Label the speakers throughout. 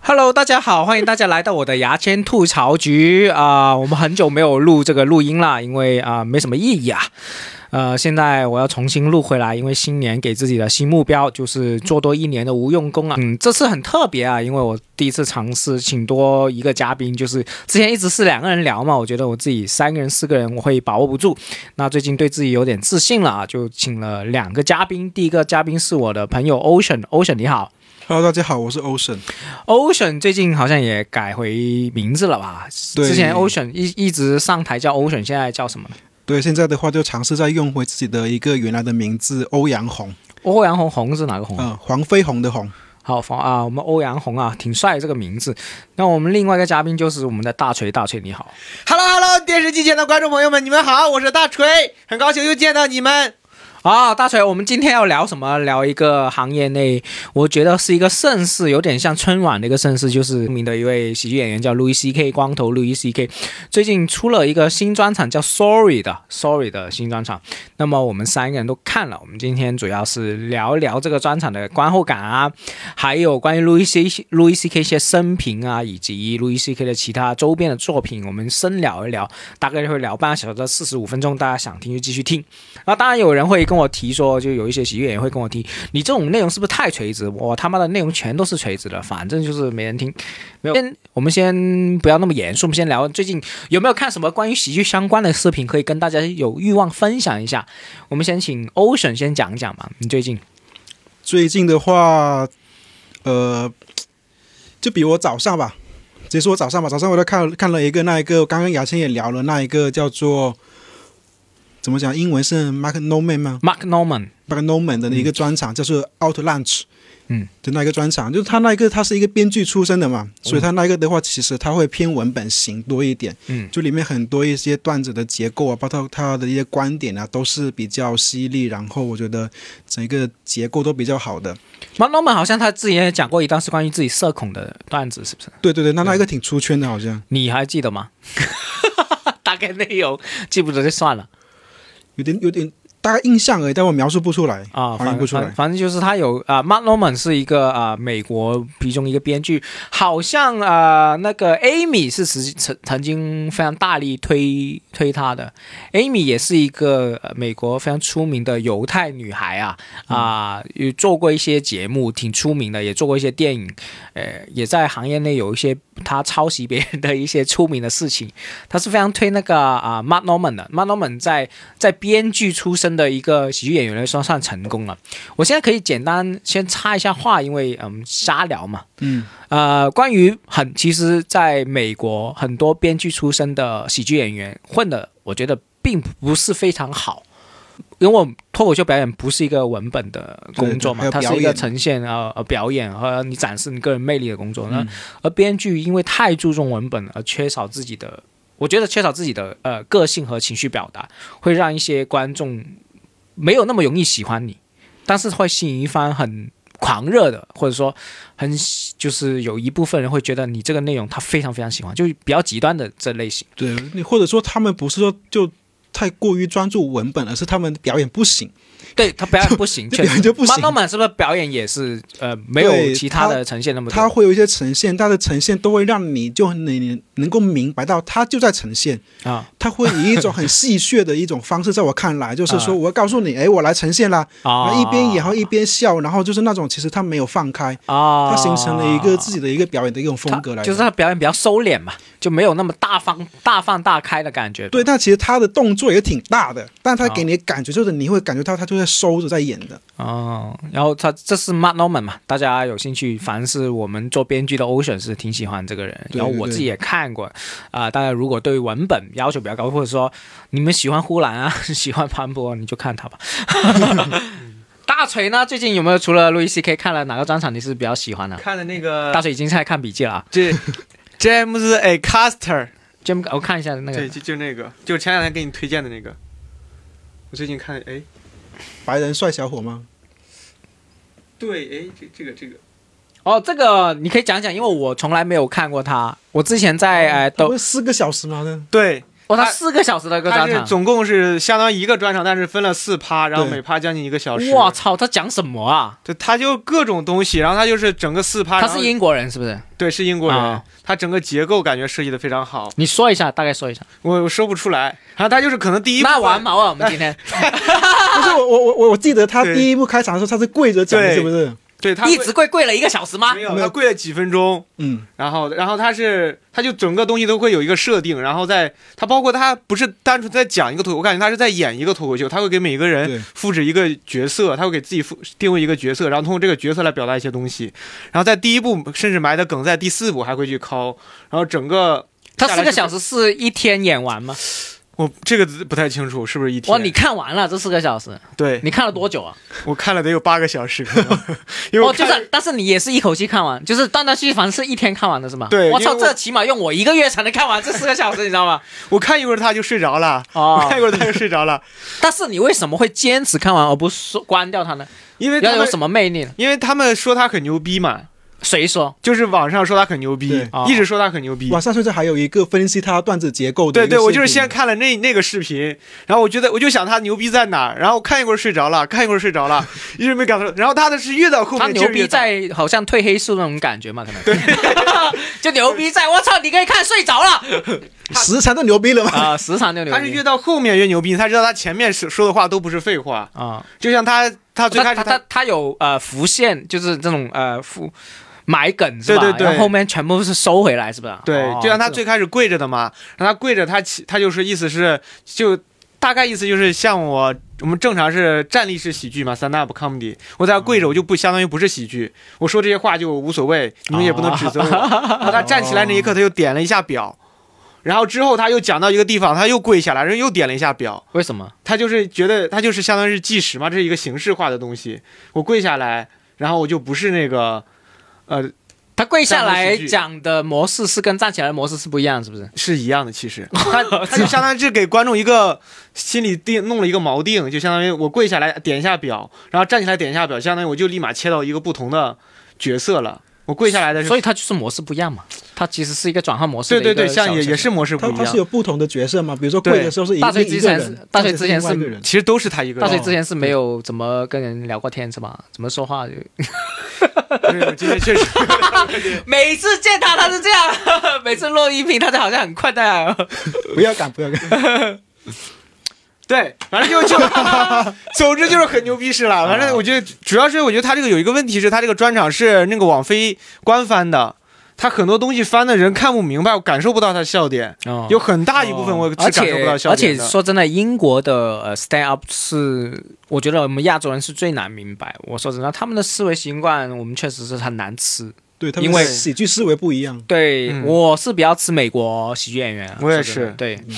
Speaker 1: Hello，大家好，欢迎大家来到我的牙签吐槽局啊、我们很久没有录这个录音啦，因为啊、没什么意义啊。呃，现在我要重新录回来，因为新年给自己的新目标就是做多一年的无用功啊。嗯，这次很特别啊，因为我第一次尝试请多一个嘉宾，就是之前一直是两个人聊嘛，我觉得我自己三个人、四个人我会把握不住。那最近对自己有点自信了啊，就请了两个嘉宾。第一个嘉宾是我的朋友 Ocean，Ocean 你好。
Speaker 2: Hello，大家好，我是 Ocean。
Speaker 1: Ocean 最近好像也改回名字了吧？
Speaker 2: 对
Speaker 1: 之前 Ocean 一一直上台叫 Ocean，现在叫什么呢？
Speaker 2: 对，现在的话就尝试再用回自己的一个原来的名字欧阳红，
Speaker 1: 欧阳红红是哪个
Speaker 3: 哦
Speaker 1: 红？
Speaker 2: 嗯、黄飞鸿的鸿。
Speaker 1: 好房啊，我们欧阳红啊，挺帅的这个名字。那我们另外一个嘉宾就是我们的大锤，大锤你好。
Speaker 3: Hello Hello，电视机前的观众朋友们，你们好，我是大锤，很高兴又见到你们。
Speaker 1: 啊，大锤，我们今天要聊什么？聊一个行业内，我觉得是一个盛世，有点像春晚的一个盛世，就是著名的一位喜剧演员叫 Louis C.K. 光头 Louis C.K. 最近出了一个新专场叫 Sorry 的 Sorry 的新专场。那么我们三个人都看了，我们今天主要是聊一聊这个专场的观后感啊，还有关于 Louis C. Louis C.K. 一些生平啊，以及 Louis C.K. 的其他周边的作品，我们深聊一聊，大概会聊半个小时到四十五分钟，大家想听就继续听。那当然有人会跟我提说，就有一些喜剧演员会跟我提，你这种内容是不是太垂直？我他妈的内容全都是垂直的，反正就是没人听。没有，先我们先不要那么严肃，我们先聊最近有没有看什么关于喜剧相关的视频，可以跟大家有欲望分享一下。我们先请 Ocean 先讲讲嘛，你最近
Speaker 2: 最近的话，呃，就比我早上吧，直接说我早上吧。早上我在看看了一个那一个，刚刚雅倩也聊了那一个叫做怎么讲，英文是 Mark Norman 吗
Speaker 1: Mark Norman
Speaker 2: ？Mark Norman 的一个专场，叫做 Out Lunch。
Speaker 1: 嗯，
Speaker 2: 就那一个专场，就是他那一个，他是一个编剧出身的嘛，所以他那一个的话，其实他会偏文本型多一点。
Speaker 1: 嗯，
Speaker 2: 就里面很多一些段子的结构啊，包括他的一些观点啊，都是比较犀利，然后我觉得整个结构都比较好的。
Speaker 1: ，Mark Norman 好像他之前也讲过一段是关于自己社恐的段子，是不是？
Speaker 2: 对对对，那那一个挺出圈的，好像
Speaker 1: 你还记得吗？ 大概内容记不得就算了。
Speaker 2: 有点有点大概印象而已，但我描述不出来
Speaker 1: 啊，
Speaker 2: 反
Speaker 1: 反
Speaker 2: 映不出
Speaker 1: 反
Speaker 2: 来。
Speaker 1: 反正就是他有啊、m a r k Norman 是一个啊、美国其中一个编剧，好像啊、那个 Amy 是曾曾曾经非常大力推推他的，Amy 也是一个、呃美国非常出名的犹太女孩啊啊、有做过一些节目，挺出名的，也做过一些电影，呃，也在行业内有一些她抄袭别人的一些出名的事情，她是非常推那个啊、Mark Norman 的，Mark Norman 在在编剧出身的一个喜剧演员来说算成功了。我现在可以简单先插一下话，因为嗯瞎聊嘛。
Speaker 2: 嗯，
Speaker 1: 呃，关于很其实在美国很多编剧出身的喜剧演员混的，我觉得并不是非常好。因为我脱口秀表演不是一个文本的工作嘛，
Speaker 2: 对对
Speaker 1: 它
Speaker 2: 还有表
Speaker 1: 是
Speaker 2: 演
Speaker 1: 一个呈现呃呃表演和你展示你个人魅力的工作。那、
Speaker 2: 嗯
Speaker 1: 而编剧因为太注重文本而缺少自己的，我觉得缺少自己的呃个性和情绪表达，会让一些观众没有那么容易喜欢你，但是会吸引一番很狂热的，或者说很喜就是有一部分人会觉得你这个内容他非常非常喜欢，就是比较极端的这类型。
Speaker 2: 对你或者说他们不是说就太过于专注文本，而是他们表演不行。
Speaker 1: 对他表演不行，
Speaker 2: 就
Speaker 1: 确
Speaker 2: 表
Speaker 1: 实
Speaker 2: 演就不行
Speaker 1: 马东满是不是表演也是呃没有
Speaker 2: 对
Speaker 1: 其他
Speaker 2: 他
Speaker 1: 的呈现那么
Speaker 2: 它
Speaker 1: 多？
Speaker 2: 会有一些呈现，它的呈现都会让你就你你能够明白到它就在呈现
Speaker 1: 啊。
Speaker 2: 它会以一种很戏谑的一种方式，在我看来，就是
Speaker 1: 啊
Speaker 2: 说我要告诉你，哎，我来呈现啦，然
Speaker 1: 啊，
Speaker 2: 后一边演，然后一边笑，然后就是那种其实他没有放开，
Speaker 1: 啊，
Speaker 2: 他形成了一个自己的一个表演的一种风格来
Speaker 1: 他
Speaker 2: 的，
Speaker 1: 就是他表演比较收敛嘛，就没有那么大方大放大开的感觉。
Speaker 2: 对。但其实他的动作也挺大的，但
Speaker 1: 啊
Speaker 2: 他给你的感觉就是你会感觉到他就在收着在演的。
Speaker 1: 哦，然后他这是 Mark Norman 嘛，大家有兴趣，凡是我们做编剧的 Ocean 是挺喜欢这个人，
Speaker 2: 对
Speaker 1: 然后我
Speaker 2: 对
Speaker 1: 自己也看过，啊、大家如果对文本要求比较高，或者说你们喜欢呼兰啊， 喜欢潘博，你就看他吧。 大锤呢，最近有没有除了路易 C K 看了哪个专场你是比较喜欢的？
Speaker 3: 看的那
Speaker 1: 啊大
Speaker 2: 呃
Speaker 3: 个
Speaker 1: 锤已经在看笔记了啊
Speaker 3: 这 James A Caster，
Speaker 1: ，Jim，我看一下那
Speaker 3: 对，
Speaker 1: 个
Speaker 3: 就就那个，就前两天给你推荐的那个。我最近看，哎，
Speaker 2: 白人帅小伙吗？
Speaker 3: 对，哎，这这个这个，
Speaker 1: 哦，这个你可以讲讲，因为我从来没有看过他，我之前在呃
Speaker 2: 他
Speaker 1: 都
Speaker 2: 不是四个小时吗？那
Speaker 3: 对
Speaker 1: 哦，他
Speaker 3: 他
Speaker 1: 四个小时的一个
Speaker 3: 他
Speaker 1: 专
Speaker 3: 是
Speaker 1: 场，
Speaker 3: 总共是相当于一个专场，但是分了四趴，然后每趴将近一个小时。
Speaker 1: 我操，他讲什么啊？
Speaker 3: 对，他就各种东西，然后他就是整个四趴，
Speaker 1: 他
Speaker 3: 然
Speaker 1: 是
Speaker 3: 后
Speaker 1: 英国人是不是？
Speaker 3: 对是英国人，
Speaker 1: 啊
Speaker 3: 他整个结构感觉设计的非常好，
Speaker 1: 你说一下，大概说一下。
Speaker 3: 我我说不出来。然后他就是可能第一部
Speaker 1: 那
Speaker 3: 分
Speaker 1: 完毛啊，我们今天
Speaker 2: 不是我我我我我记得他
Speaker 3: 对
Speaker 2: 第一部开场的时候他是跪着讲的，
Speaker 3: 对
Speaker 2: 是不是？
Speaker 3: 对 他
Speaker 1: 一
Speaker 3: 跪
Speaker 1: 直啊跪跪了一个小时吗
Speaker 3: 没？有
Speaker 2: 没有
Speaker 3: 他跪了几分钟，
Speaker 2: 嗯，
Speaker 3: 然后，然后他是，他就整个东西都会有一个设定，然后在他包括他不是单纯在讲一个脱口，我感觉他是在演一个脱口秀，他会给每个
Speaker 2: 对
Speaker 3: 人复制一个角色，他会给自己复定位一个角色，然后通过这个角色来表达一些东西，然后在第一部甚至埋的梗在第四部还会去抠，然后整个
Speaker 1: 他四个小时是一天演完吗？
Speaker 3: 我这个不太清楚是不是一天，
Speaker 1: 哇，你看完了这四个小时，
Speaker 3: 对
Speaker 1: 你看了多久啊？
Speaker 3: 我看了得有八个小时，可能因为我
Speaker 1: 哦，就
Speaker 3: 看了、
Speaker 1: 是，但是你也是一口气看完，就是断断续续，反正是一天看完的是吗？
Speaker 3: 对
Speaker 1: 我
Speaker 3: 因为
Speaker 1: 操，
Speaker 3: 我
Speaker 1: 这起码用我一个月才能看完这四个小时，你知道 吗？
Speaker 3: 我看一会儿他就睡着了，我
Speaker 1: 哦
Speaker 3: 看，一会儿他就睡着了，
Speaker 1: 但是你为什么会坚持看完而不是说关掉它呢？
Speaker 3: 因为他
Speaker 1: 要有
Speaker 3: 们
Speaker 1: 什么魅力呢？
Speaker 3: 因为他们说他很牛逼嘛，
Speaker 1: 谁说？
Speaker 3: 就是网上说他很牛逼
Speaker 2: 对
Speaker 1: 哦，
Speaker 3: 一直说他很牛逼。
Speaker 2: 晚上甚至还有一个分析他段子结构的
Speaker 3: 对
Speaker 2: 一个视频。
Speaker 3: 对，我就是先看了那那个视频，然后我觉得我就想他牛逼在哪儿，然后看一会儿睡着了，看一会儿睡 着了，一直没感受。然后他的是越到后
Speaker 1: 他
Speaker 3: 面
Speaker 1: 牛
Speaker 3: 劲儿
Speaker 1: 逼
Speaker 3: 越大，
Speaker 1: 在好像褪黑素那种感觉嘛，可能对， 就牛逼在，我操，你可以看睡着了
Speaker 2: 时长都牛逼了嘛。
Speaker 1: 啊，时常就牛
Speaker 3: 他是越
Speaker 1: 逼
Speaker 3: 到后面越牛逼，他知道他前面说说的话都不是废话，
Speaker 1: 啊。
Speaker 3: 就像他他最开始
Speaker 1: 他他他有呃浮现，就是这种呃浮埋梗是吧？
Speaker 3: 对对对
Speaker 1: 然后后面全部是收回来是吧？
Speaker 3: 对，
Speaker 1: 哦
Speaker 3: 就像他
Speaker 1: 这
Speaker 3: 最开始跪着的嘛，让他跪着，他起他就是意思是就大概意思就是像我我们正常是站立式喜剧嘛，stand up comedy，我在那
Speaker 1: 哦
Speaker 3: 跪着我就不相当于不是喜剧，我说这些话就无所谓，你们也不能指责
Speaker 1: 哦
Speaker 3: 我。然后他站起来那一刻，他又点了一下表，然后之后他又讲到一个地方，他又跪下来，然后又点了一下表，
Speaker 1: 为什么？
Speaker 3: 他就是觉得他就是相当于是计时嘛，这是一个形式化的东西，我跪下来，然后我就不是那个呃
Speaker 1: 他跪下
Speaker 3: 站
Speaker 1: 来
Speaker 3: 立喜剧
Speaker 1: 讲的模式是跟站起来的模式是不一样，是不是？
Speaker 3: 是一样的，其实他他就相当于是给观众一个心里定弄了一个锚定，就相当于我跪下来点一下表，然后站起来点一下表，相当于我就立马切到一个不同的角色了。我跪下来的时
Speaker 1: 所
Speaker 3: 候，
Speaker 1: 以它就是模式不一样嘛。它其实是一个转换模式
Speaker 3: 对
Speaker 1: 的一
Speaker 3: 对
Speaker 1: 个
Speaker 3: 对，像也
Speaker 1: 小程序
Speaker 3: 也是模式不
Speaker 2: 他
Speaker 3: 一
Speaker 2: 他是
Speaker 3: 样，
Speaker 2: 有不同的角色嘛？比如说
Speaker 3: 对
Speaker 2: 跪的时候是一
Speaker 1: 大
Speaker 2: 个
Speaker 1: 学
Speaker 2: 一
Speaker 1: 之
Speaker 2: 个
Speaker 1: 前
Speaker 2: 人
Speaker 1: 是，大学
Speaker 2: 站着
Speaker 1: 之前
Speaker 2: 另外一
Speaker 1: 是
Speaker 2: 个人
Speaker 3: 其实都是他一个
Speaker 1: 大学
Speaker 3: 人。
Speaker 1: 之前是没有怎么跟人聊过天是吧？怎么说话就？
Speaker 3: 对，我今天确实
Speaker 1: 每次见他他是这样， 每次录音频他就好像很困难。
Speaker 2: 不要赶，不要 赶。
Speaker 3: 对，反正就就，总之就是很牛逼是了。反正我觉得主要是我觉得他这个有一个问题是，他这个专场是那个网飞官翻的，他很多东西翻的人看不明白，我感受不到他笑点。
Speaker 2: 啊
Speaker 1: 哦
Speaker 3: 有很大一部分我
Speaker 1: 而
Speaker 3: 是感受不
Speaker 1: 且
Speaker 3: 到笑
Speaker 1: 而
Speaker 3: 点
Speaker 1: 且
Speaker 3: 的。
Speaker 1: 说真的，英国的呃 stand up 是，我觉得我们亚洲人是最难明白。我说真的，他们的思维习惯，我们确实是很难吃。
Speaker 2: 对，他们
Speaker 1: 因为
Speaker 2: 喜剧思维不一样。
Speaker 1: 对、
Speaker 3: 嗯
Speaker 1: 我是比较吃美国喜剧演员，
Speaker 3: 我也
Speaker 1: 说真的
Speaker 3: 是
Speaker 1: 对
Speaker 2: 嗯，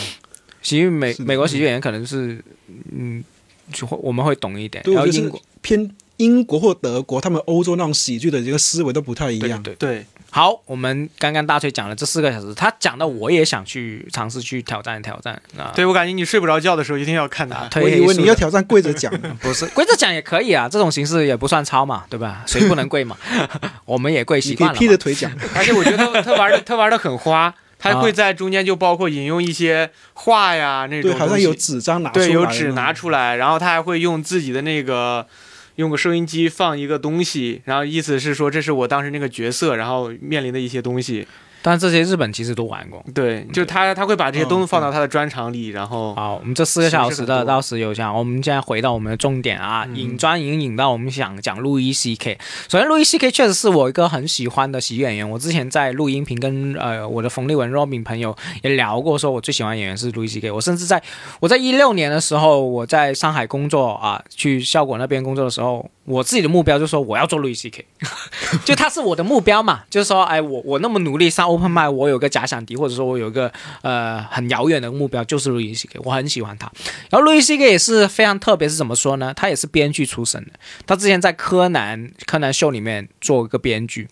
Speaker 1: 喜剧美
Speaker 2: 是的
Speaker 1: 美国喜剧演员可能是嗯，就会我们会懂一点。
Speaker 2: 对，
Speaker 1: 然
Speaker 2: 我
Speaker 1: 后
Speaker 2: 觉
Speaker 1: 英
Speaker 2: 得是
Speaker 1: 国
Speaker 2: 偏英国或德国，他们欧洲那种喜剧的这个思维都不太一
Speaker 1: 对
Speaker 2: 样。
Speaker 1: 对。
Speaker 3: 对，
Speaker 1: 好，我们刚刚大锤讲了这四个小时，他讲的我也想去尝试去挑战挑战啊。
Speaker 3: 对我感觉你睡不着觉的时候一定要看
Speaker 1: 啊
Speaker 3: 它。，
Speaker 1: 推
Speaker 2: 我以
Speaker 1: 黑
Speaker 2: 为
Speaker 1: 素
Speaker 2: 你
Speaker 1: 的
Speaker 2: 要挑战跪着讲呢，
Speaker 1: 不是跪着讲也可以啊，这种形式也不算超嘛，对吧？谁不能跪嘛？ 我们也跪习
Speaker 2: 你可
Speaker 1: 惯
Speaker 2: 以
Speaker 1: 了嘛。
Speaker 2: 劈着腿讲。
Speaker 3: 而且我觉得他玩的他玩的很花，他
Speaker 1: 啊
Speaker 3: 会在中间就包括引用一些话呀那种
Speaker 2: 对，
Speaker 3: 东西，
Speaker 2: 好像有纸张拿出来了。
Speaker 3: 对有纸拿出来，然后他还会用自己的那个。用个收音机放一个东西，然后意思是说这是我当时那个角色，然后面临的一些东西。
Speaker 1: 但这些日本其实都玩过。
Speaker 3: 嗯对，就他他会把这些都
Speaker 2: 嗯
Speaker 3: 放到他的专场里，然后
Speaker 1: 好，我们这四个小时
Speaker 3: 形式
Speaker 1: 的
Speaker 3: 哦很多
Speaker 1: 到此有讲。我们现在回到我们的重点啊，
Speaker 3: 嗯
Speaker 1: 引专引引到我们想讲路易 C K。首先，路易 C K 确实是我一个很喜欢的喜剧演员。我之前在录音频跟呃我的冯立文 Robin 朋友也聊过，说我最喜欢的演员是路易 C K。我甚至在我在一六年的时候，我在上海工作啊，去效果那边工作的时候，我自己的目标就是说我要做路易 C K，就他是我的目标嘛，就是说，哎，我我那么努力上 Open m i 我有个假想敌，或者说我有一个呃很遥远的目标，就是路易 C K，我很喜欢他。然后路易 C K 也是非常特别，是怎么说呢？他也是编剧出身的，他之前在柯南柯南秀里面做一个编剧，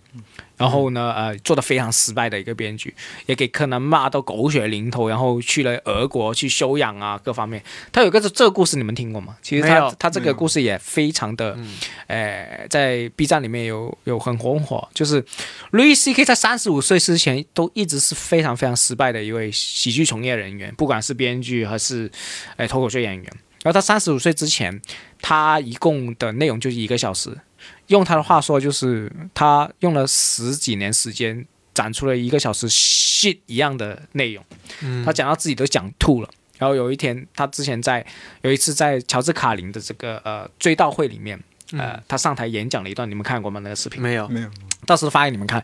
Speaker 1: 然后呢，呃，做的非常失败的一个编剧，也给柯南骂到狗血淋头，然后去了俄国去休养啊，各方面。他有一个这这个故事你们听过吗？其实
Speaker 3: 没
Speaker 1: 他
Speaker 3: 有
Speaker 1: 他这个故事也非常的，
Speaker 3: 嗯
Speaker 1: 呃，在 B 站里面有有很红火，就是 Louis C.K. 在三十五岁之前都一直是非常非常失败的一位喜剧从业人员，不管是编剧还是哎脱口秀演员。然后他三十五岁之前，他一共的内容就是一个小时，用他的话说就是他用了十几年时间攒出了一个小时 shit 一样的内容，他讲到自己都讲吐了。然后有一天，他之前在有一次在乔治卡林的这个呃追悼会里面，呃，他上台演讲了一段，你们看过吗？那个视频？
Speaker 3: 没有，
Speaker 2: 没有，
Speaker 1: 到时候发给你们看。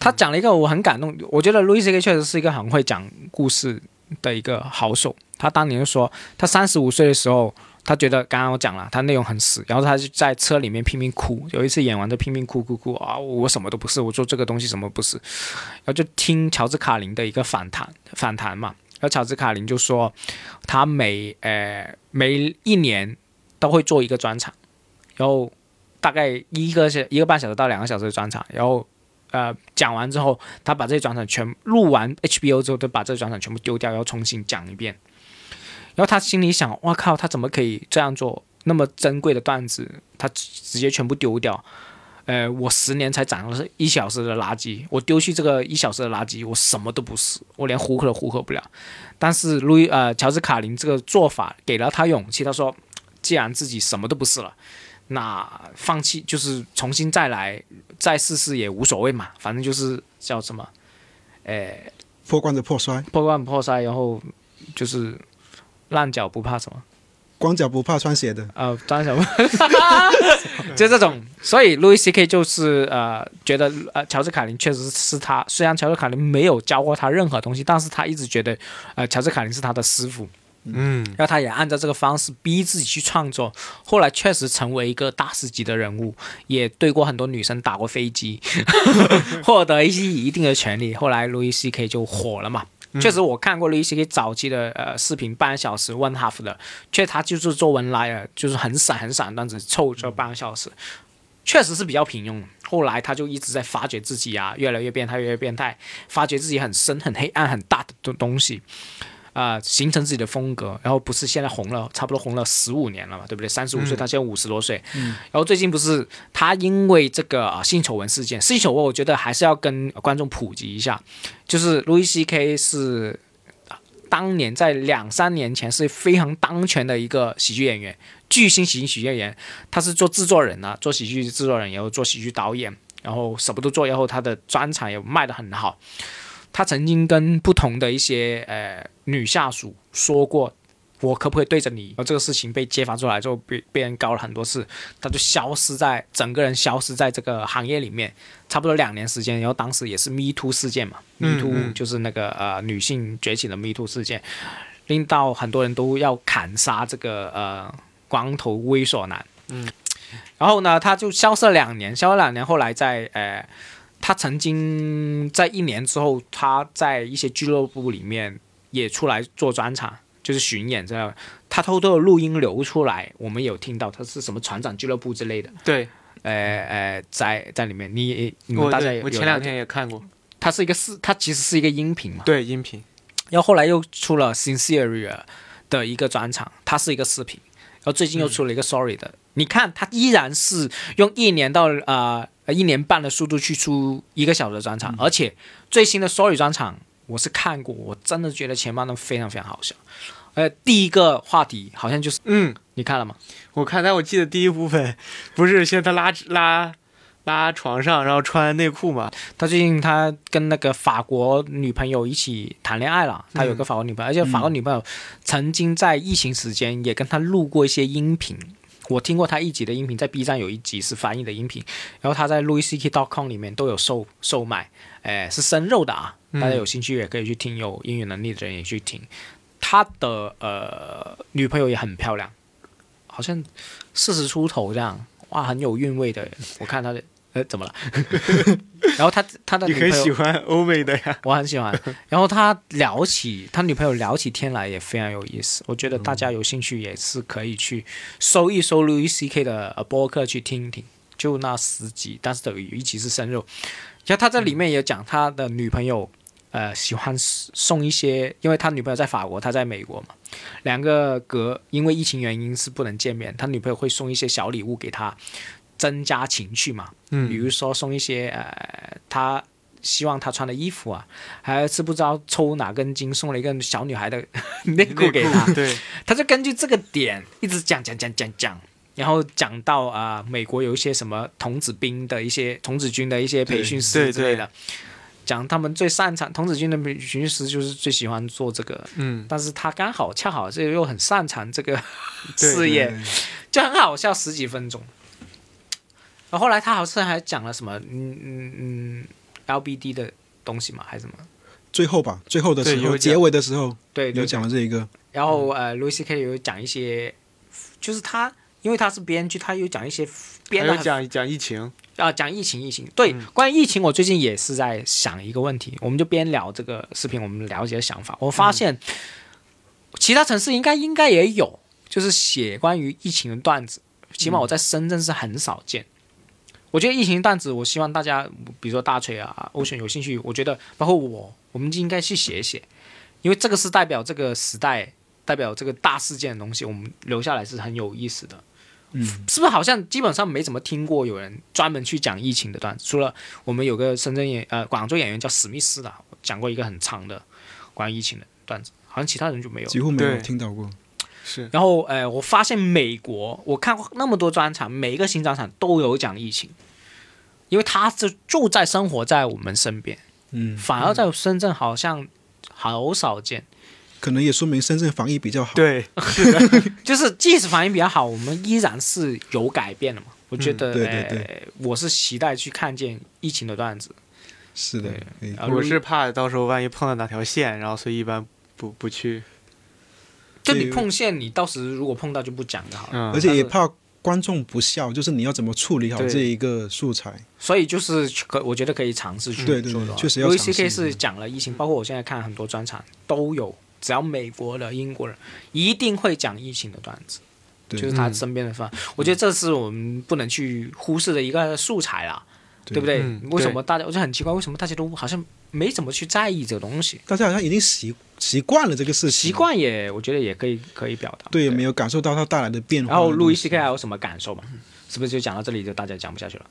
Speaker 1: 他讲了一个我很感动，我觉得 Louis C.K. 确实是一个很会讲故事的一个好手。他当年就说，他三十五岁的时候，他觉得刚刚我讲了，他内容很死，然后他就在车里面拼命哭。有一次演完就拼命哭哭哭啊，我什么都不是，我做这个东西什么不是，然后就听乔治卡林的一个反弹反弹嘛。然后乔治卡林就说，他每呃每一年都会做一个专场，然后大概一个小一个半小时到两个小时的专场，然后呃讲完之后，他把这些专场全录完 HBO 之后，就把这些专场全部丢掉，然后重新讲一遍。然后他心里想：哇靠，他怎么可以这样做？那么珍贵的段子，他直直接全部丢掉。呃，我十年才攒了是一小时的垃圾，我丢去这个一小时的垃圾，我什么都不是，我连糊口都糊口不了。但是路易呃乔治卡林这个做法给了他勇气，他说：既然自己什么都不是了。那放弃就是重新再来，再试试也无所谓嘛，反正就是叫什么，呃，
Speaker 2: 破罐子破摔，
Speaker 1: 破罐破摔，然后就是烂脚不怕什么，
Speaker 2: 光脚不怕穿鞋的。
Speaker 1: 呃，当然想，就这种，所以路易 C K 就是呃，觉得呃，乔治卡林确实是他，虽然乔治卡林没有教过他任何东西，但是他一直觉得呃，乔治卡林是他的师傅，
Speaker 3: 嗯，
Speaker 1: 然后他也按照这个方式逼自己去创作，后来确实成为一个大师级的人物，也对过很多女生打过飞机，获得一些一定的权利。后来路易 C K 就火了嘛。确实，我看过路易 C K 早期的呃视频，半个小时 one half 的，确他就是做文莱尔，就是很散很散，但是凑这半个小时，确实是比较平庸的。后来他就一直在发掘自己啊，越来越变态，越来越变态，发掘自己很深、很黑暗、很大的东东西。啊、形成自己的风格，然后不是现在红了，差不多红了十五年了嘛，对不对？三十五岁，他现在五十多岁，然后最近不是他因为这个、啊、性丑闻事件，性丑闻我觉得还是要跟观众普及一下，就是路易 C K 是啊当年在两三年前是非常当权的一个喜剧演员，巨星喜剧喜剧演员，他是做制作人啊，做喜剧制作人，然后做喜剧导演，然后什么都做，然后他的专场也卖得很好。他曾经跟不同的一些呃女下属说过，我可不可以对着你？然后这个事情被揭发出来之后，被被人告了很多次，他就消失在整个人消失在这个行业里面，差不多两年时间。然后当时也是 Me Too 事件嘛、m e
Speaker 3: 嗯
Speaker 1: Too
Speaker 3: 嗯
Speaker 1: 就是那个呃女性崛起的 Me Too 事件，令到很多人都要砍杀这个呃光头猥琐男。嗯，然后呢，他就消失了两年，消失了两年，后来在呃。他曾经在一年之后，他在一些俱乐部里面也出来做专场，就是巡演这样。他偷偷的录音流出来，我们有听到他是什么船长俱乐部之类的，
Speaker 3: 对，
Speaker 1: 呃呃，在在里面，你你们
Speaker 3: 我
Speaker 1: 大家
Speaker 3: 对
Speaker 1: 有
Speaker 3: 我
Speaker 1: 有
Speaker 3: 前两
Speaker 1: 了解
Speaker 3: 天也看过，
Speaker 1: 他是一个是，他其实是一个音频嘛，
Speaker 3: 对，音频，
Speaker 1: 然后后来又出了 Sincere 的一个专场，它是一个视频，然后最近又出了一个 Sorry 的，你看它依然是用一年到呃一年半的速度去出一个小时的专场，而且最新的 Sorry 专场我是看过，我真的觉得前半段非常非常好笑。呃，第一个话题好像就是
Speaker 3: 嗯，
Speaker 1: 你看了吗？
Speaker 3: 我看，但我记得第一部分不是先他拉拉拉床上，然后穿内裤嘛，
Speaker 1: 他最近他跟那个法国女朋友一起谈恋爱了，他有个法国女朋友，而且法国女朋友曾经在疫情时间也跟他录过一些音频。我听过他一集的音频，在 B 站有一集是翻译的音频，然后他在 louisck.com 里面都有售售卖，哎，是生肉的啊，大家有兴趣也可以去听，有英语能力的人也去听。他的呃女朋友也很漂亮，好像四十出头这样，哇，很有韵味的。我看他的，呃，怎么了？ 然后他他的
Speaker 3: 你
Speaker 1: 女朋
Speaker 3: 很
Speaker 1: 友
Speaker 3: 喜欢欧美的呀，
Speaker 1: 我很喜欢。然后他聊起他女朋友聊起天来也非常有意思，我觉得大家有兴趣也是可以去搜一搜 Louis C K 的呃播客去听一听，就那十集，但是有一集是生肉。其实他在里面也讲他的女朋友，呃，喜欢送一些，因为他女朋友在法国，他在美国嘛，两个隔因为疫情原因是不能见面，他女朋友会送一些小礼物给他，增加情趣嘛，比
Speaker 3: 嗯，
Speaker 1: 如说送一些呃他希望他穿的衣服啊，还有是不知道抽哪根筋送了一个小女孩的 内裤给他，
Speaker 3: 对，
Speaker 1: 他就根据这个点一直讲讲讲讲讲，然后讲到啊、美国有一些什么童子兵的一些童子军的一些培训
Speaker 3: 对
Speaker 1: 师
Speaker 3: 对
Speaker 1: 之类的，讲他们最擅长童子军的培训师就是最喜欢做这个，
Speaker 3: 嗯，
Speaker 1: 但是他刚好恰好这又很擅长这个
Speaker 3: 对
Speaker 1: 事业，就很好笑，十几分钟。然后后来他好像还讲了什么，嗯嗯嗯，LBD 的东西嘛，还是什么？
Speaker 2: 最后吧，最后的时
Speaker 3: 对有
Speaker 2: 候，
Speaker 3: 讲
Speaker 2: 结尾的时候
Speaker 1: 对，
Speaker 2: 有讲了这一个，
Speaker 1: 然后呃，Louis C.K. 有讲一些，就是他因为他是编剧，他有讲一些编
Speaker 3: 还
Speaker 1: 的
Speaker 3: 有
Speaker 1: 很
Speaker 3: 讲讲疫情，
Speaker 1: 啊、讲疫情，疫情对，关于疫情，我最近也是在想一个问题，我们就边聊这个视频，我们了解想法。我发现、其他城市应该应该也有，就是写关于疫情的段子，起码我在深圳是很少见。我觉得疫情段子，我希望大家，比如说大锤啊、欧选有兴趣，我觉得包括我，我们就应该去写一写，因为这个是代表这个时代、代表这个大事件的东西，我们留下来是很有意思的。
Speaker 2: 嗯，
Speaker 1: 是不是好像基本上没怎么听过有人专门去讲疫情的段子？除了我们有个深圳演呃广州演员叫史密斯的，讲过一个很长的关于疫情的段子，好像其他人就没有。
Speaker 2: 几乎没有
Speaker 3: 对
Speaker 2: 听到过。
Speaker 3: 是，
Speaker 1: 然后呃，我发现美国我看过那么多专场，每一个新专场都有讲疫情，因为它就就在生活在我们身边，
Speaker 2: 嗯，
Speaker 1: 反而在深圳好像好少见。
Speaker 2: 可能也说明深圳防疫比较好。
Speaker 3: 对，
Speaker 1: 就是即使反应比较好，我们依然是有改变的嘛。我觉得，
Speaker 2: 嗯对对对
Speaker 1: 呃我是期待去看见疫情的段子。
Speaker 2: 是的，可以
Speaker 1: 啊
Speaker 3: 我是怕到时候万一碰到哪条线，然后所以一般不不去，
Speaker 1: 就
Speaker 2: 对
Speaker 1: 你碰线，你到时如果碰到就不讲就好了。
Speaker 3: 嗯，
Speaker 2: 而且也怕观众不笑，就是你要怎么处理好
Speaker 3: 对
Speaker 2: 这一个素材。
Speaker 1: 所以就是可，我觉得可以尝试去
Speaker 2: 对对
Speaker 1: 做
Speaker 2: 对
Speaker 1: 的。
Speaker 2: 确实要
Speaker 1: V
Speaker 2: 尝
Speaker 1: C
Speaker 2: 试
Speaker 1: K 是讲了疫情，包括我现在看很多专场都有，只要美国的、英国人一定会讲疫情的段子，
Speaker 2: 对嗯
Speaker 1: 就是他身边的饭。我觉得这是我们不能去忽视的一个素材啦，对不对？
Speaker 3: 嗯
Speaker 1: 为什么大家我就很奇怪，为什么大家都好像没怎么去在意这个东西？
Speaker 2: 大家好像已经习习惯了这个事情，
Speaker 1: 习惯也，我觉得也可以可以表达。
Speaker 2: 对，没有感受到它带来的变化。
Speaker 1: 然后路易 C K 还有什么感受吗？是不是就讲到这里就大家讲不下去了？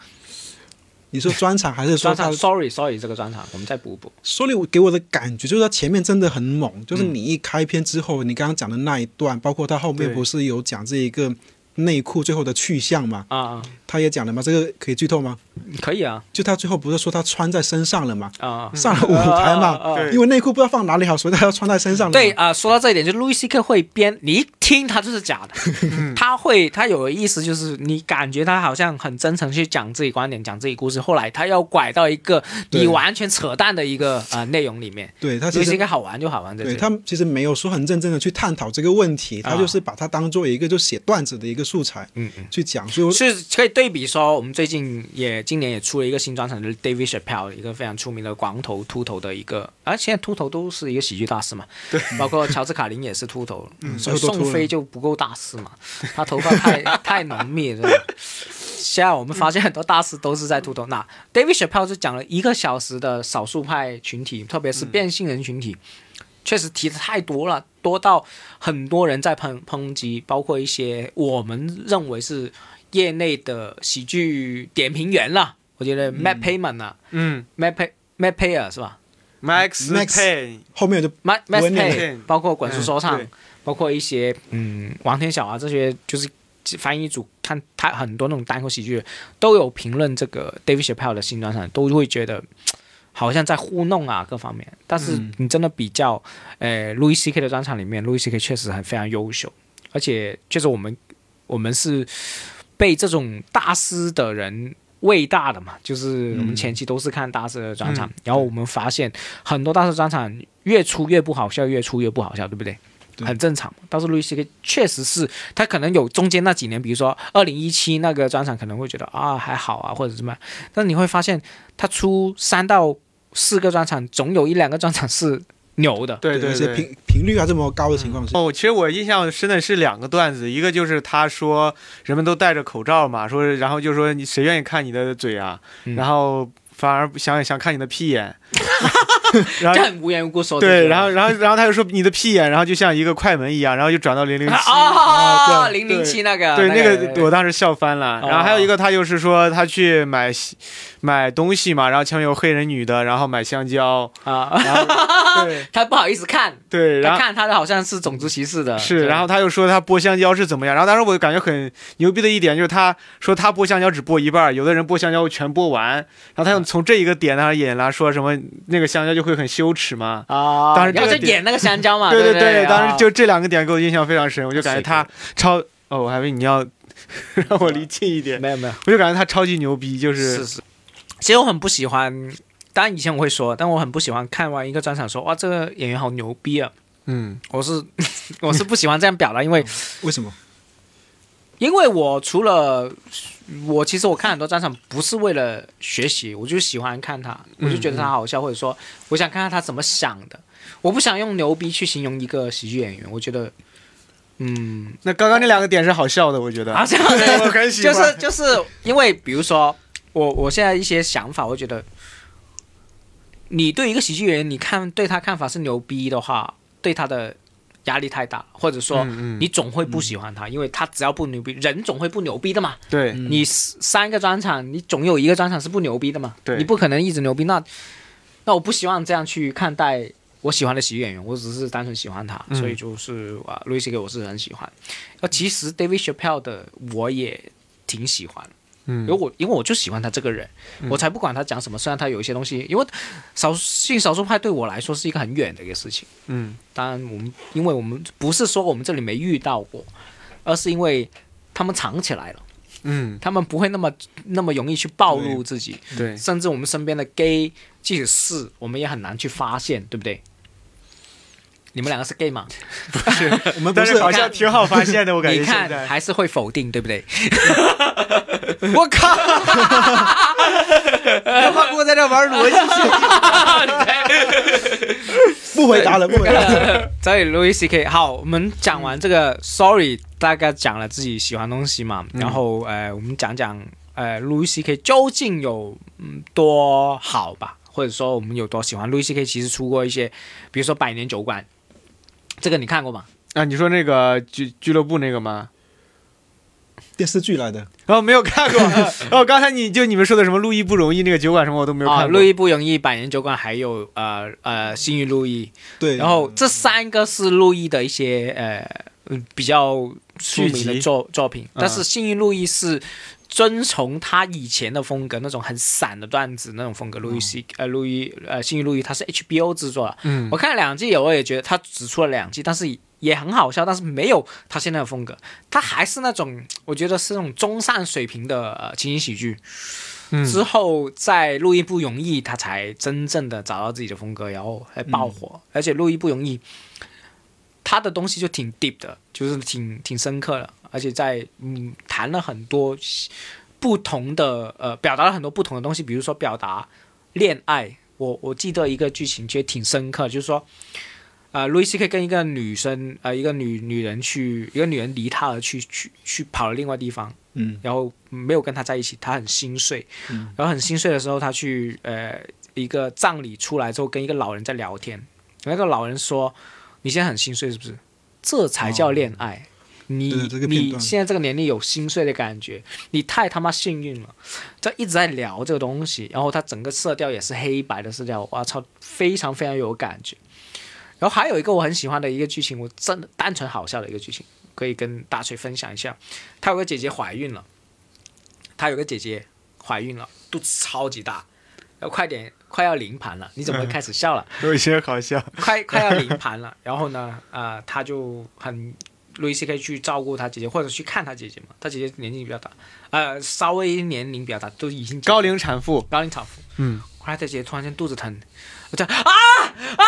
Speaker 2: 你说专场还是说
Speaker 1: 专
Speaker 2: 他
Speaker 1: 场，sorry sorry，这个专场我们再补补。
Speaker 2: 说里给我的感觉就是他前面真的很
Speaker 1: 嗯
Speaker 2: 猛，就是你一开篇之后，你刚刚讲的那一段，包括他后面
Speaker 3: 对
Speaker 2: 不是有讲这一个内裤最后的去向嘛，
Speaker 1: 啊啊，
Speaker 2: 他也讲了嘛，这个嗯可以剧透吗？
Speaker 1: 可以啊
Speaker 2: 就他最后不是说他穿在身上了嘛，
Speaker 1: 啊啊，
Speaker 2: 上 了舞台嘛，
Speaker 1: 啊啊啊
Speaker 3: 对
Speaker 2: 因为内裤不知道放哪里好，所以他要穿在身上了嘛。
Speaker 1: 对啊、说到这一点，就路易 C K 会编，你一听他就是假的，
Speaker 2: 嗯
Speaker 1: 他会他有意思，就是你感觉他好像很真诚去讲自己观点，讲自己故事，后来他要拐到一个
Speaker 2: 对
Speaker 1: 你完全扯淡的一个啊、呃内容里面。
Speaker 2: 对他
Speaker 1: 路
Speaker 2: 其
Speaker 1: 易 C
Speaker 2: 实
Speaker 1: K 好玩就好玩在这
Speaker 2: 对
Speaker 1: 里，
Speaker 2: 他其实没有说很认真的去探讨这个问题，
Speaker 1: 啊
Speaker 2: 他就是把它当做一个就写段子的一个素材
Speaker 1: 嗯嗯。
Speaker 2: 去讲，所以我
Speaker 1: 是可以对比说，我们最近也今年也出了一个新专场，就是 David Chappelle，一个非常出名的光头秃头的一个，啊，现在秃头都是一个喜剧大师嘛，对，包括乔治卡林也是秃头，嗯
Speaker 2: 最后嗯都秃了
Speaker 1: 宋飞就不够大师嘛，他头发太太浓密了。现在我们发现很多大师都是在秃头。那 David Chappelle 就讲了一个小时的少数派群体，特别
Speaker 2: 嗯
Speaker 1: 是变性人群体，确实提的太多了，多到很多人在抨抨击，包括一些我们认为是业内的喜剧点评员了。我觉得 Matt Payman 啊、
Speaker 3: 嗯
Speaker 1: m a t Pay Matt Payer 是吧
Speaker 3: ，Max
Speaker 2: Max
Speaker 3: Payne，
Speaker 2: 后面就
Speaker 1: ？Matt Matt
Speaker 2: 文
Speaker 1: Pay，
Speaker 3: 人
Speaker 1: 包括滚石说唱，
Speaker 3: 嗯对
Speaker 1: 包括一些嗯王天晓啊这些，就是翻译组看他很多那种单口喜剧都有评论这个 David Chappelle 的新专场，都会觉得。嘖好像在糊弄啊，各方面。但是
Speaker 3: 嗯
Speaker 1: 你真的比较，呃，Louis C.K. 的专场里面，Louis C.K. 确实很非常优秀，而且确实我们我们是被这种大师的人喂大的嘛，就是
Speaker 3: 嗯
Speaker 1: 我们前期都是看大师的专场，然后我们发现很多大师专场越出越不好笑，越出越不好笑，对不对？
Speaker 2: 对
Speaker 1: 很正常嘛。但是路易 C K 确实是他可能有中间那几年，比如说二零一七那个专场，可能会觉得啊还好啊，或者怎么样，但你会发现他出三到四个专场，总有一两个专场是牛的。
Speaker 3: 对
Speaker 2: 而
Speaker 3: 对
Speaker 2: 且
Speaker 3: 对，
Speaker 2: 频频率啊这么高的情况下，
Speaker 3: 哦，其实我印象深的是两个段子，一个就是他说人们都戴着口罩嘛，说然后就说你谁愿意看你的嘴啊？
Speaker 1: 嗯
Speaker 3: 然后反而不想想看你的屁 眼，然
Speaker 1: 这
Speaker 3: 后
Speaker 1: 很无缘无故说这
Speaker 3: 对，
Speaker 1: 些
Speaker 3: 然后然后然后他就说你的屁眼，然后就像一个快门一样，然后就转到零零七
Speaker 1: 啊，
Speaker 3: 对
Speaker 1: 零零七那个，
Speaker 3: 对，那
Speaker 1: 个
Speaker 3: 个我当时笑翻了。
Speaker 1: 哦
Speaker 3: 然后还有一个，他就是说他去买西买东西嘛，然后前面有黑人女的，然后买香蕉，
Speaker 1: 啊，
Speaker 3: 然后对
Speaker 1: 他不好意思看，
Speaker 3: 对，
Speaker 1: 他
Speaker 3: 然后
Speaker 1: 看他的好像是种族歧视的，
Speaker 3: 是，
Speaker 1: 对
Speaker 3: 然后他又说他剥香蕉是怎么样，然后当时我感觉很牛逼的一点就是他说他剥香蕉只剥一半儿，有的人剥香蕉全剥完，然后他
Speaker 1: 啊
Speaker 3: 又从这一个点上引了说什么那个香蕉就会很羞耻嘛。
Speaker 1: 啊，
Speaker 3: 当时这
Speaker 1: 然
Speaker 3: 个
Speaker 1: 后就
Speaker 3: 点
Speaker 1: 演那个香蕉嘛，
Speaker 3: 对
Speaker 1: 对
Speaker 3: 对，当时
Speaker 1: 啊
Speaker 3: 就这两个点给我印象非常深，我就感觉
Speaker 1: 水
Speaker 3: 他超哦，我还以为你要 让我离近一点，
Speaker 1: 没有没有，
Speaker 3: 我就感觉他超级牛逼，就是
Speaker 1: 是是，其实我很不喜欢。当然以前我会说，但我很不喜欢看完一个专场说哇这个演员好牛逼啊，
Speaker 3: 嗯
Speaker 1: 我是 我是不喜欢这样表达，因为
Speaker 2: 为什么？
Speaker 1: 因为我除了我其实我看很多专场不是为了学习，我就喜欢看他，我就觉
Speaker 3: 嗯
Speaker 1: 得他好笑，或者说我想看看他怎么想的。我不想用牛逼去形容一个喜剧演员，我觉得，嗯，，
Speaker 3: 那刚刚那两个点是好笑的，我觉得。
Speaker 1: 啊这样的
Speaker 3: 我很喜
Speaker 1: 就
Speaker 3: 欢。
Speaker 1: 是就是因为比如说我我现在一些想法，我觉得你对一个喜剧演员，你看对他看法是牛逼的话，对他的压力太大，或者说
Speaker 3: 嗯嗯
Speaker 1: 你总会不喜欢他，因为他只要不牛逼，人总会不牛逼的嘛。
Speaker 3: 对
Speaker 2: 嗯
Speaker 1: 你三三个专场，你总有一个专场是不牛逼的嘛？
Speaker 3: 对
Speaker 1: 你不可能一直牛逼。那那我不希望这样去看待我喜欢的喜剧演员，我只是单纯喜欢他，
Speaker 3: 嗯
Speaker 1: 所以就是啊，路易斯给我是很喜欢。那其实 David Chappelle 的我也挺喜欢，
Speaker 3: 嗯
Speaker 1: 因为我因为我就喜欢他这个人，我才不管他讲什么。虽然他有一些东西，因为少性少数派对我来说是一个很远的一个事情。
Speaker 3: 嗯
Speaker 1: 当然，我们因为我们不是说我们这里没遇到过，而是因为他们藏起来了。
Speaker 3: 嗯，
Speaker 1: 他们不会那么那么容易去暴露自己，
Speaker 3: 对
Speaker 1: 甚至我们身边的 gay，即使是我们也很难去发现，对不对？你们两个是 gay 吗？
Speaker 2: 我们不
Speaker 3: 但
Speaker 2: 是
Speaker 3: 是好像挺好发现的，我感觉
Speaker 1: 你
Speaker 3: 现
Speaker 1: 看
Speaker 3: 在。
Speaker 1: 还是会否定，对不 对？ 我靠！
Speaker 3: 他给我在这玩逻辑性。
Speaker 2: 不回答了，不回答了。
Speaker 1: 所以 Louis C K，好，我们讲完这
Speaker 3: 嗯
Speaker 1: 个、Sorry，大概讲了自己喜欢的东西嘛，然后呃，我们讲讲呃 Louis C K 究竟有嗯多好吧，或者说我们有多喜欢 Louis C K，其实出过一些，比如说《百年酒馆》，这个你看过吗？
Speaker 3: 啊，你说那个俱俱乐部那个吗？
Speaker 2: 电视剧来的，
Speaker 3: 哦，没有看 过。哦，刚才你就你们说的什么路易不容易那个酒馆什么，我都没有
Speaker 1: 啊，
Speaker 3: 看过。
Speaker 1: 路易不容易，《百年酒馆》还有呃呃《幸运路易》，
Speaker 2: 对。
Speaker 1: 然
Speaker 3: 嗯
Speaker 1: 后这三个是路易的一些呃嗯比较出名
Speaker 3: 剧集
Speaker 1: 的作作品，
Speaker 3: 嗯
Speaker 1: 但是《幸运路易》是遵从他以前的风格，那种很散的段子那种风格。
Speaker 3: 嗯
Speaker 1: 路易 C 呃路易呃《幸运路易》它是 HBO 制作的，啊
Speaker 3: 嗯
Speaker 1: 我看了两季，我也觉得他只出了两季，但是也很好笑，但是没有他现在的风格，他还是那种我觉得是那种中上水平的呃情景喜剧。
Speaker 3: 嗯
Speaker 1: 之后在《路易不容易》，他才真正的找到自己的风格，然后来爆火。而且《路易不容易》，他的东西就挺 deep 的，就是挺挺深刻的，而且在嗯谈了很多不同的呃，表达了很多不同的东西，比如说表达恋爱。我我记得一个剧情，其实挺深刻，就是说，呃，路易斯 K 跟一个女生，呃，一个女女人去，一个女人离他而去，去去跑了另外地方，
Speaker 2: 嗯，
Speaker 1: 然后没有跟他在一起，他很心碎。
Speaker 2: 嗯
Speaker 1: 然后很心碎的时候，他去呃一个葬礼出来之后，跟一个老人在聊天。那个老人说：“你现在很心碎是不是？这才
Speaker 2: 哦
Speaker 1: 叫恋爱。你
Speaker 2: 对这个片
Speaker 1: 你
Speaker 2: 段
Speaker 1: 现在这个年龄有心碎的感觉，你太他妈幸运了。”这一直在聊这个东西，然后他整个色调也是黑白的色调，我操，非常非常有感觉。然后还有一个我很喜欢的一个剧情，我真的单纯好笑的一个剧情，可以跟大锤分享一下。她有个姐姐怀孕了，她有个姐姐怀孕了，肚子超级大，要快点快要临盘了，你
Speaker 2: 嗯
Speaker 1: 怎么开始笑了？
Speaker 3: 有一些好笑。
Speaker 1: 快快要临盘了，然后呢，呃，她就很路易 C K 去照顾她姐姐，或者去看她姐姐嘛，她姐姐年纪比较大，呃，稍微年龄比较大，都已经结婚
Speaker 3: 高龄产妇，
Speaker 1: 高龄产妇。
Speaker 3: 嗯，
Speaker 1: 后来她姐姐突然间肚子疼，我就啊啊！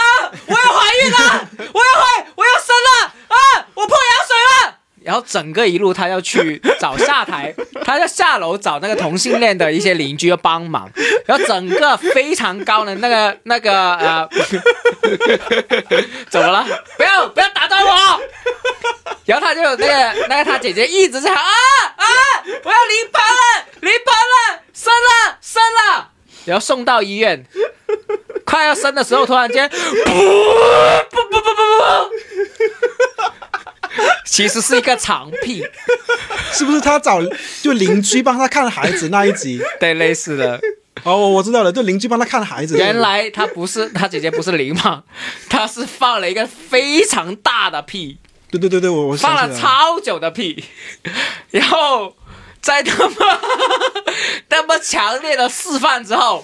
Speaker 1: 我要怀孕了，我要怀，我要生了啊！我碰羊水了。然后整个一路，她要去找下台，她要下楼找那个同性恋的一些邻居要帮忙。然后整个非常高的那个那个呃， 怎么了？不要不要打断我！然后他就那个那个他姐姐一直在啊喊啊啊！我要临盆了，临盆了，生了生了！然后送到医院，快要生的时候，突然间， 不不不不不，其实是一个长屁，
Speaker 2: 是不是他找就邻居帮他看孩子那一集？
Speaker 1: 对，类似的。
Speaker 2: 哦，我知道了，就邻居帮他看孩子。
Speaker 1: 原来他不是他姐姐，不是零嘛，他是放了一个非常大的屁，
Speaker 2: 对对对对，我我
Speaker 1: 放
Speaker 2: 想起
Speaker 1: 了
Speaker 2: 来
Speaker 1: 超久的屁， 然后在那么 那么强烈的示范之后，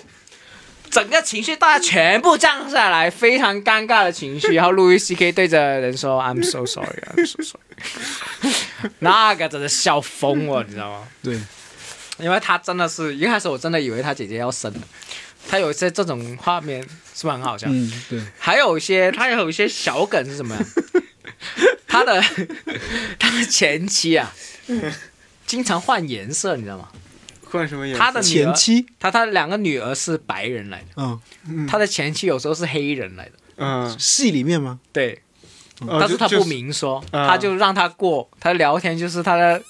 Speaker 1: 整个情绪大家全部降下来，非常尴尬的情绪。然后路易 C K 对着人说：“I'm so sorry, I'm so sorry。”那 个真的笑疯我，你知道吗？
Speaker 2: 对，
Speaker 1: 因为他真的是一开始我真的以为他姐姐要生了，他有一些这种画面是不是很好笑？
Speaker 2: 嗯对，
Speaker 1: 还有一些，他有一些小梗是什么呀？他的 他的前妻啊，经常换颜色，你知道吗？
Speaker 3: 换什么颜色？
Speaker 1: 他的女儿
Speaker 2: 前，妻，
Speaker 1: 他他两个女儿是白人来的，
Speaker 2: 嗯，
Speaker 1: 他的前妻有时候是黑人来的，
Speaker 3: 嗯，
Speaker 2: 戏里面吗？
Speaker 1: 对，
Speaker 3: 哦
Speaker 1: 但是
Speaker 3: 就
Speaker 1: 他
Speaker 3: 就
Speaker 1: 不明说，
Speaker 3: 啊
Speaker 1: 他就让他过，他聊天就是他的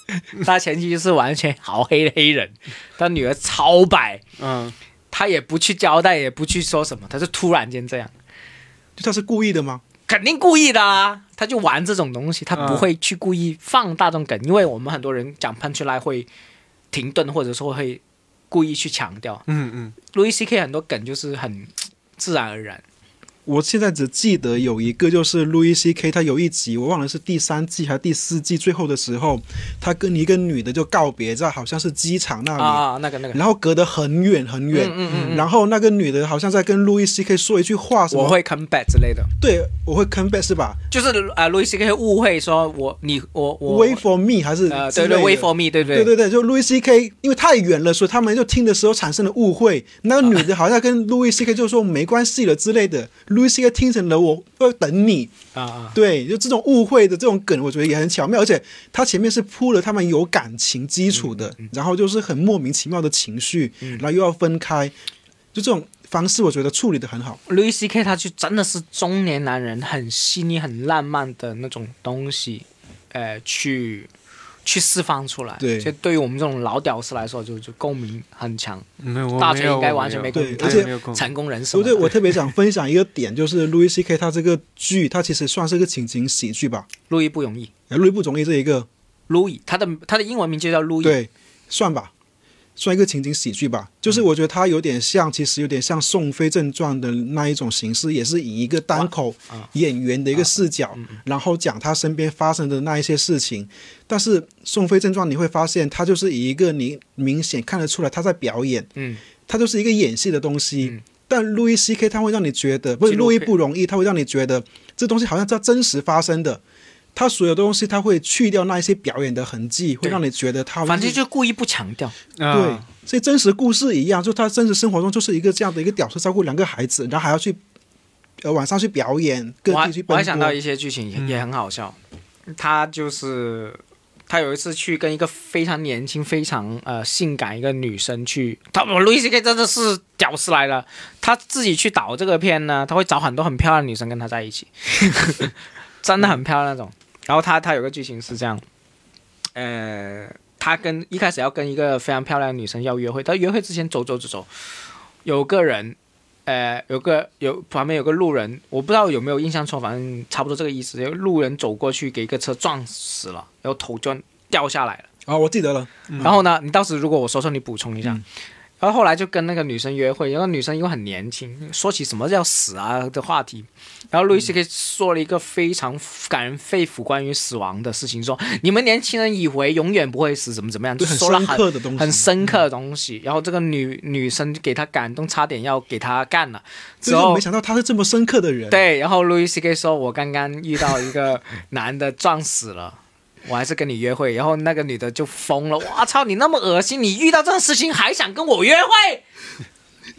Speaker 1: 他前妻就是完全好黑的黑人，他女儿超白，
Speaker 3: 嗯，
Speaker 1: 他也不去交代，也不去说什么，他就突然间这样。
Speaker 2: 就他是故意的吗？
Speaker 1: 肯定故意的啊，他就玩这种东西，他不会去故意放大这种梗，因为我们很多人讲 punchline 会停顿，或者说会故意去强调。
Speaker 3: 嗯嗯，
Speaker 1: 路易 C K 很多梗就是很自然而然，
Speaker 2: 我现在只记得有一个，就是路易 C K，他有一集我忘了是第三季还是第四季，最后的时候，他跟一个女的就告别在好像是机场那里，
Speaker 1: 啊，那个那个，
Speaker 2: 然后隔得很远很远，
Speaker 1: 嗯嗯嗯，
Speaker 2: 然后那个女的好像在跟路易 C K 说一句话什么，
Speaker 1: 我会 come back 之类的，
Speaker 2: 对我会 come back 是吧
Speaker 1: 就是呃，路易 C K 会误会说我你我我
Speaker 2: ？Wait for me 还是
Speaker 1: 呃
Speaker 2: 之
Speaker 1: 对
Speaker 2: 类的
Speaker 1: 对 wait for me 对
Speaker 2: 对对对，就路易 C K，因为太远了，所以他们就听的时候产生了误会。那个女的好像跟路易 C K 就说没关系了之类的，路易 C K 听成了我要等你，
Speaker 1: 啊啊
Speaker 2: 对，就这种误会的这种梗，我觉得也很巧妙，而且他前面是铺了他们有感情基础的，然后就是很莫名其妙的情绪，然后又要分开，就这种方式，我觉得处理的很好。
Speaker 1: 路易 C K 他就真的是中年男人很细腻、很浪漫的那种东西，呃，去去释放出来。
Speaker 2: 对
Speaker 1: 所以对于我们这种老屌丝来说，就就共鸣很强。
Speaker 3: 嗯没有，我
Speaker 1: 大
Speaker 3: 没
Speaker 1: 锤
Speaker 3: 有
Speaker 1: 应该
Speaker 3: 我
Speaker 1: 完全没
Speaker 3: 有
Speaker 1: 共
Speaker 2: 对
Speaker 1: 鸣，
Speaker 2: 而
Speaker 1: 他
Speaker 2: 且
Speaker 1: 是
Speaker 3: 没有共鸣
Speaker 1: 成功人士
Speaker 2: 我
Speaker 1: 嘛。
Speaker 2: 对我特别想分享一个点，就是路易 C K 他这个剧，他其实算是个情景喜剧吧，
Speaker 1: 路易不容易，
Speaker 2: 呃路易不容易这一个，
Speaker 1: 路易他的他的英文名就叫路易。
Speaker 2: 对，算吧，算一个情景喜剧吧。就是我觉得它有点像，其实有点像《宋飞正传》的那一种形式，也是以一个单口
Speaker 1: 啊
Speaker 2: 演员的一个视角，
Speaker 1: 嗯
Speaker 2: 然后讲他身边发生的那一些事情。但是《宋飞正传》你会发现，它就是以一个你明显看得出来他在表演，
Speaker 1: 嗯，
Speaker 2: 它就是一个演戏的东西。但路易 C K 他会让你觉得，不是
Speaker 1: 纪录
Speaker 2: 路易
Speaker 1: 片
Speaker 2: 不容易，他会让你觉得这东西好像在真实发生的。他所有东西，他会去掉那一些表演的痕迹，会
Speaker 1: 对
Speaker 2: 让你觉得他好像
Speaker 1: 反
Speaker 2: 是
Speaker 1: 正就故意不强调。
Speaker 2: 对
Speaker 3: 啊，，
Speaker 2: 所以真实故事一样，就他真实生活中就是一个这样的一个屌丝照顾两个孩子，然后还要去呃晚上去表演，各
Speaker 1: 我还
Speaker 2: 地去
Speaker 1: 我
Speaker 2: 奔波。嗯
Speaker 1: 还想到一些剧情也,、也很好笑，他就是他有一次去跟一个非常年轻、非常呃性感一个女生去，他我路易斯 K 真的是屌丝来了，他自己去导这个片呢，他会找很多很漂亮的女生跟他在一 起，真的很漂亮那种。然后他他有个剧情是这样，呃，他跟一开始要跟一个非常漂亮的女生要约会，他约会之前走走走走，有个人，呃，有个有旁边有个路人，我不知道有没有印象错，反正差不多这个意思。有路人走过去给一个车撞死了，然后头就掉下来了。
Speaker 2: 啊、我记得了，
Speaker 1: 然后呢，你到时如果我说错，你补充一下。
Speaker 2: 嗯
Speaker 1: 然后后来就跟那个女生约会，然后女生因为很年轻，说起什么叫死啊的话题，然后路易斯 K 说了一个非常感人肺腑关于死亡的事情，说你们年轻人以为永远不会死，怎么怎么样，就
Speaker 2: 对，很
Speaker 1: 说了
Speaker 2: 深
Speaker 1: 很
Speaker 2: 刻的东西，
Speaker 1: 很深刻的东西。然后这个女女生就给他感动，差点要给他干了。
Speaker 2: 就
Speaker 1: 之
Speaker 2: 是
Speaker 1: 后
Speaker 2: 没想到他是这么深刻的人。，
Speaker 1: 对，然后路易 C K 说：“我刚刚遇到一个男的撞死了。”我还是跟你约会，然后那个女的就疯了，我操，你那么恶心，你遇到这种事情还想跟我约 会？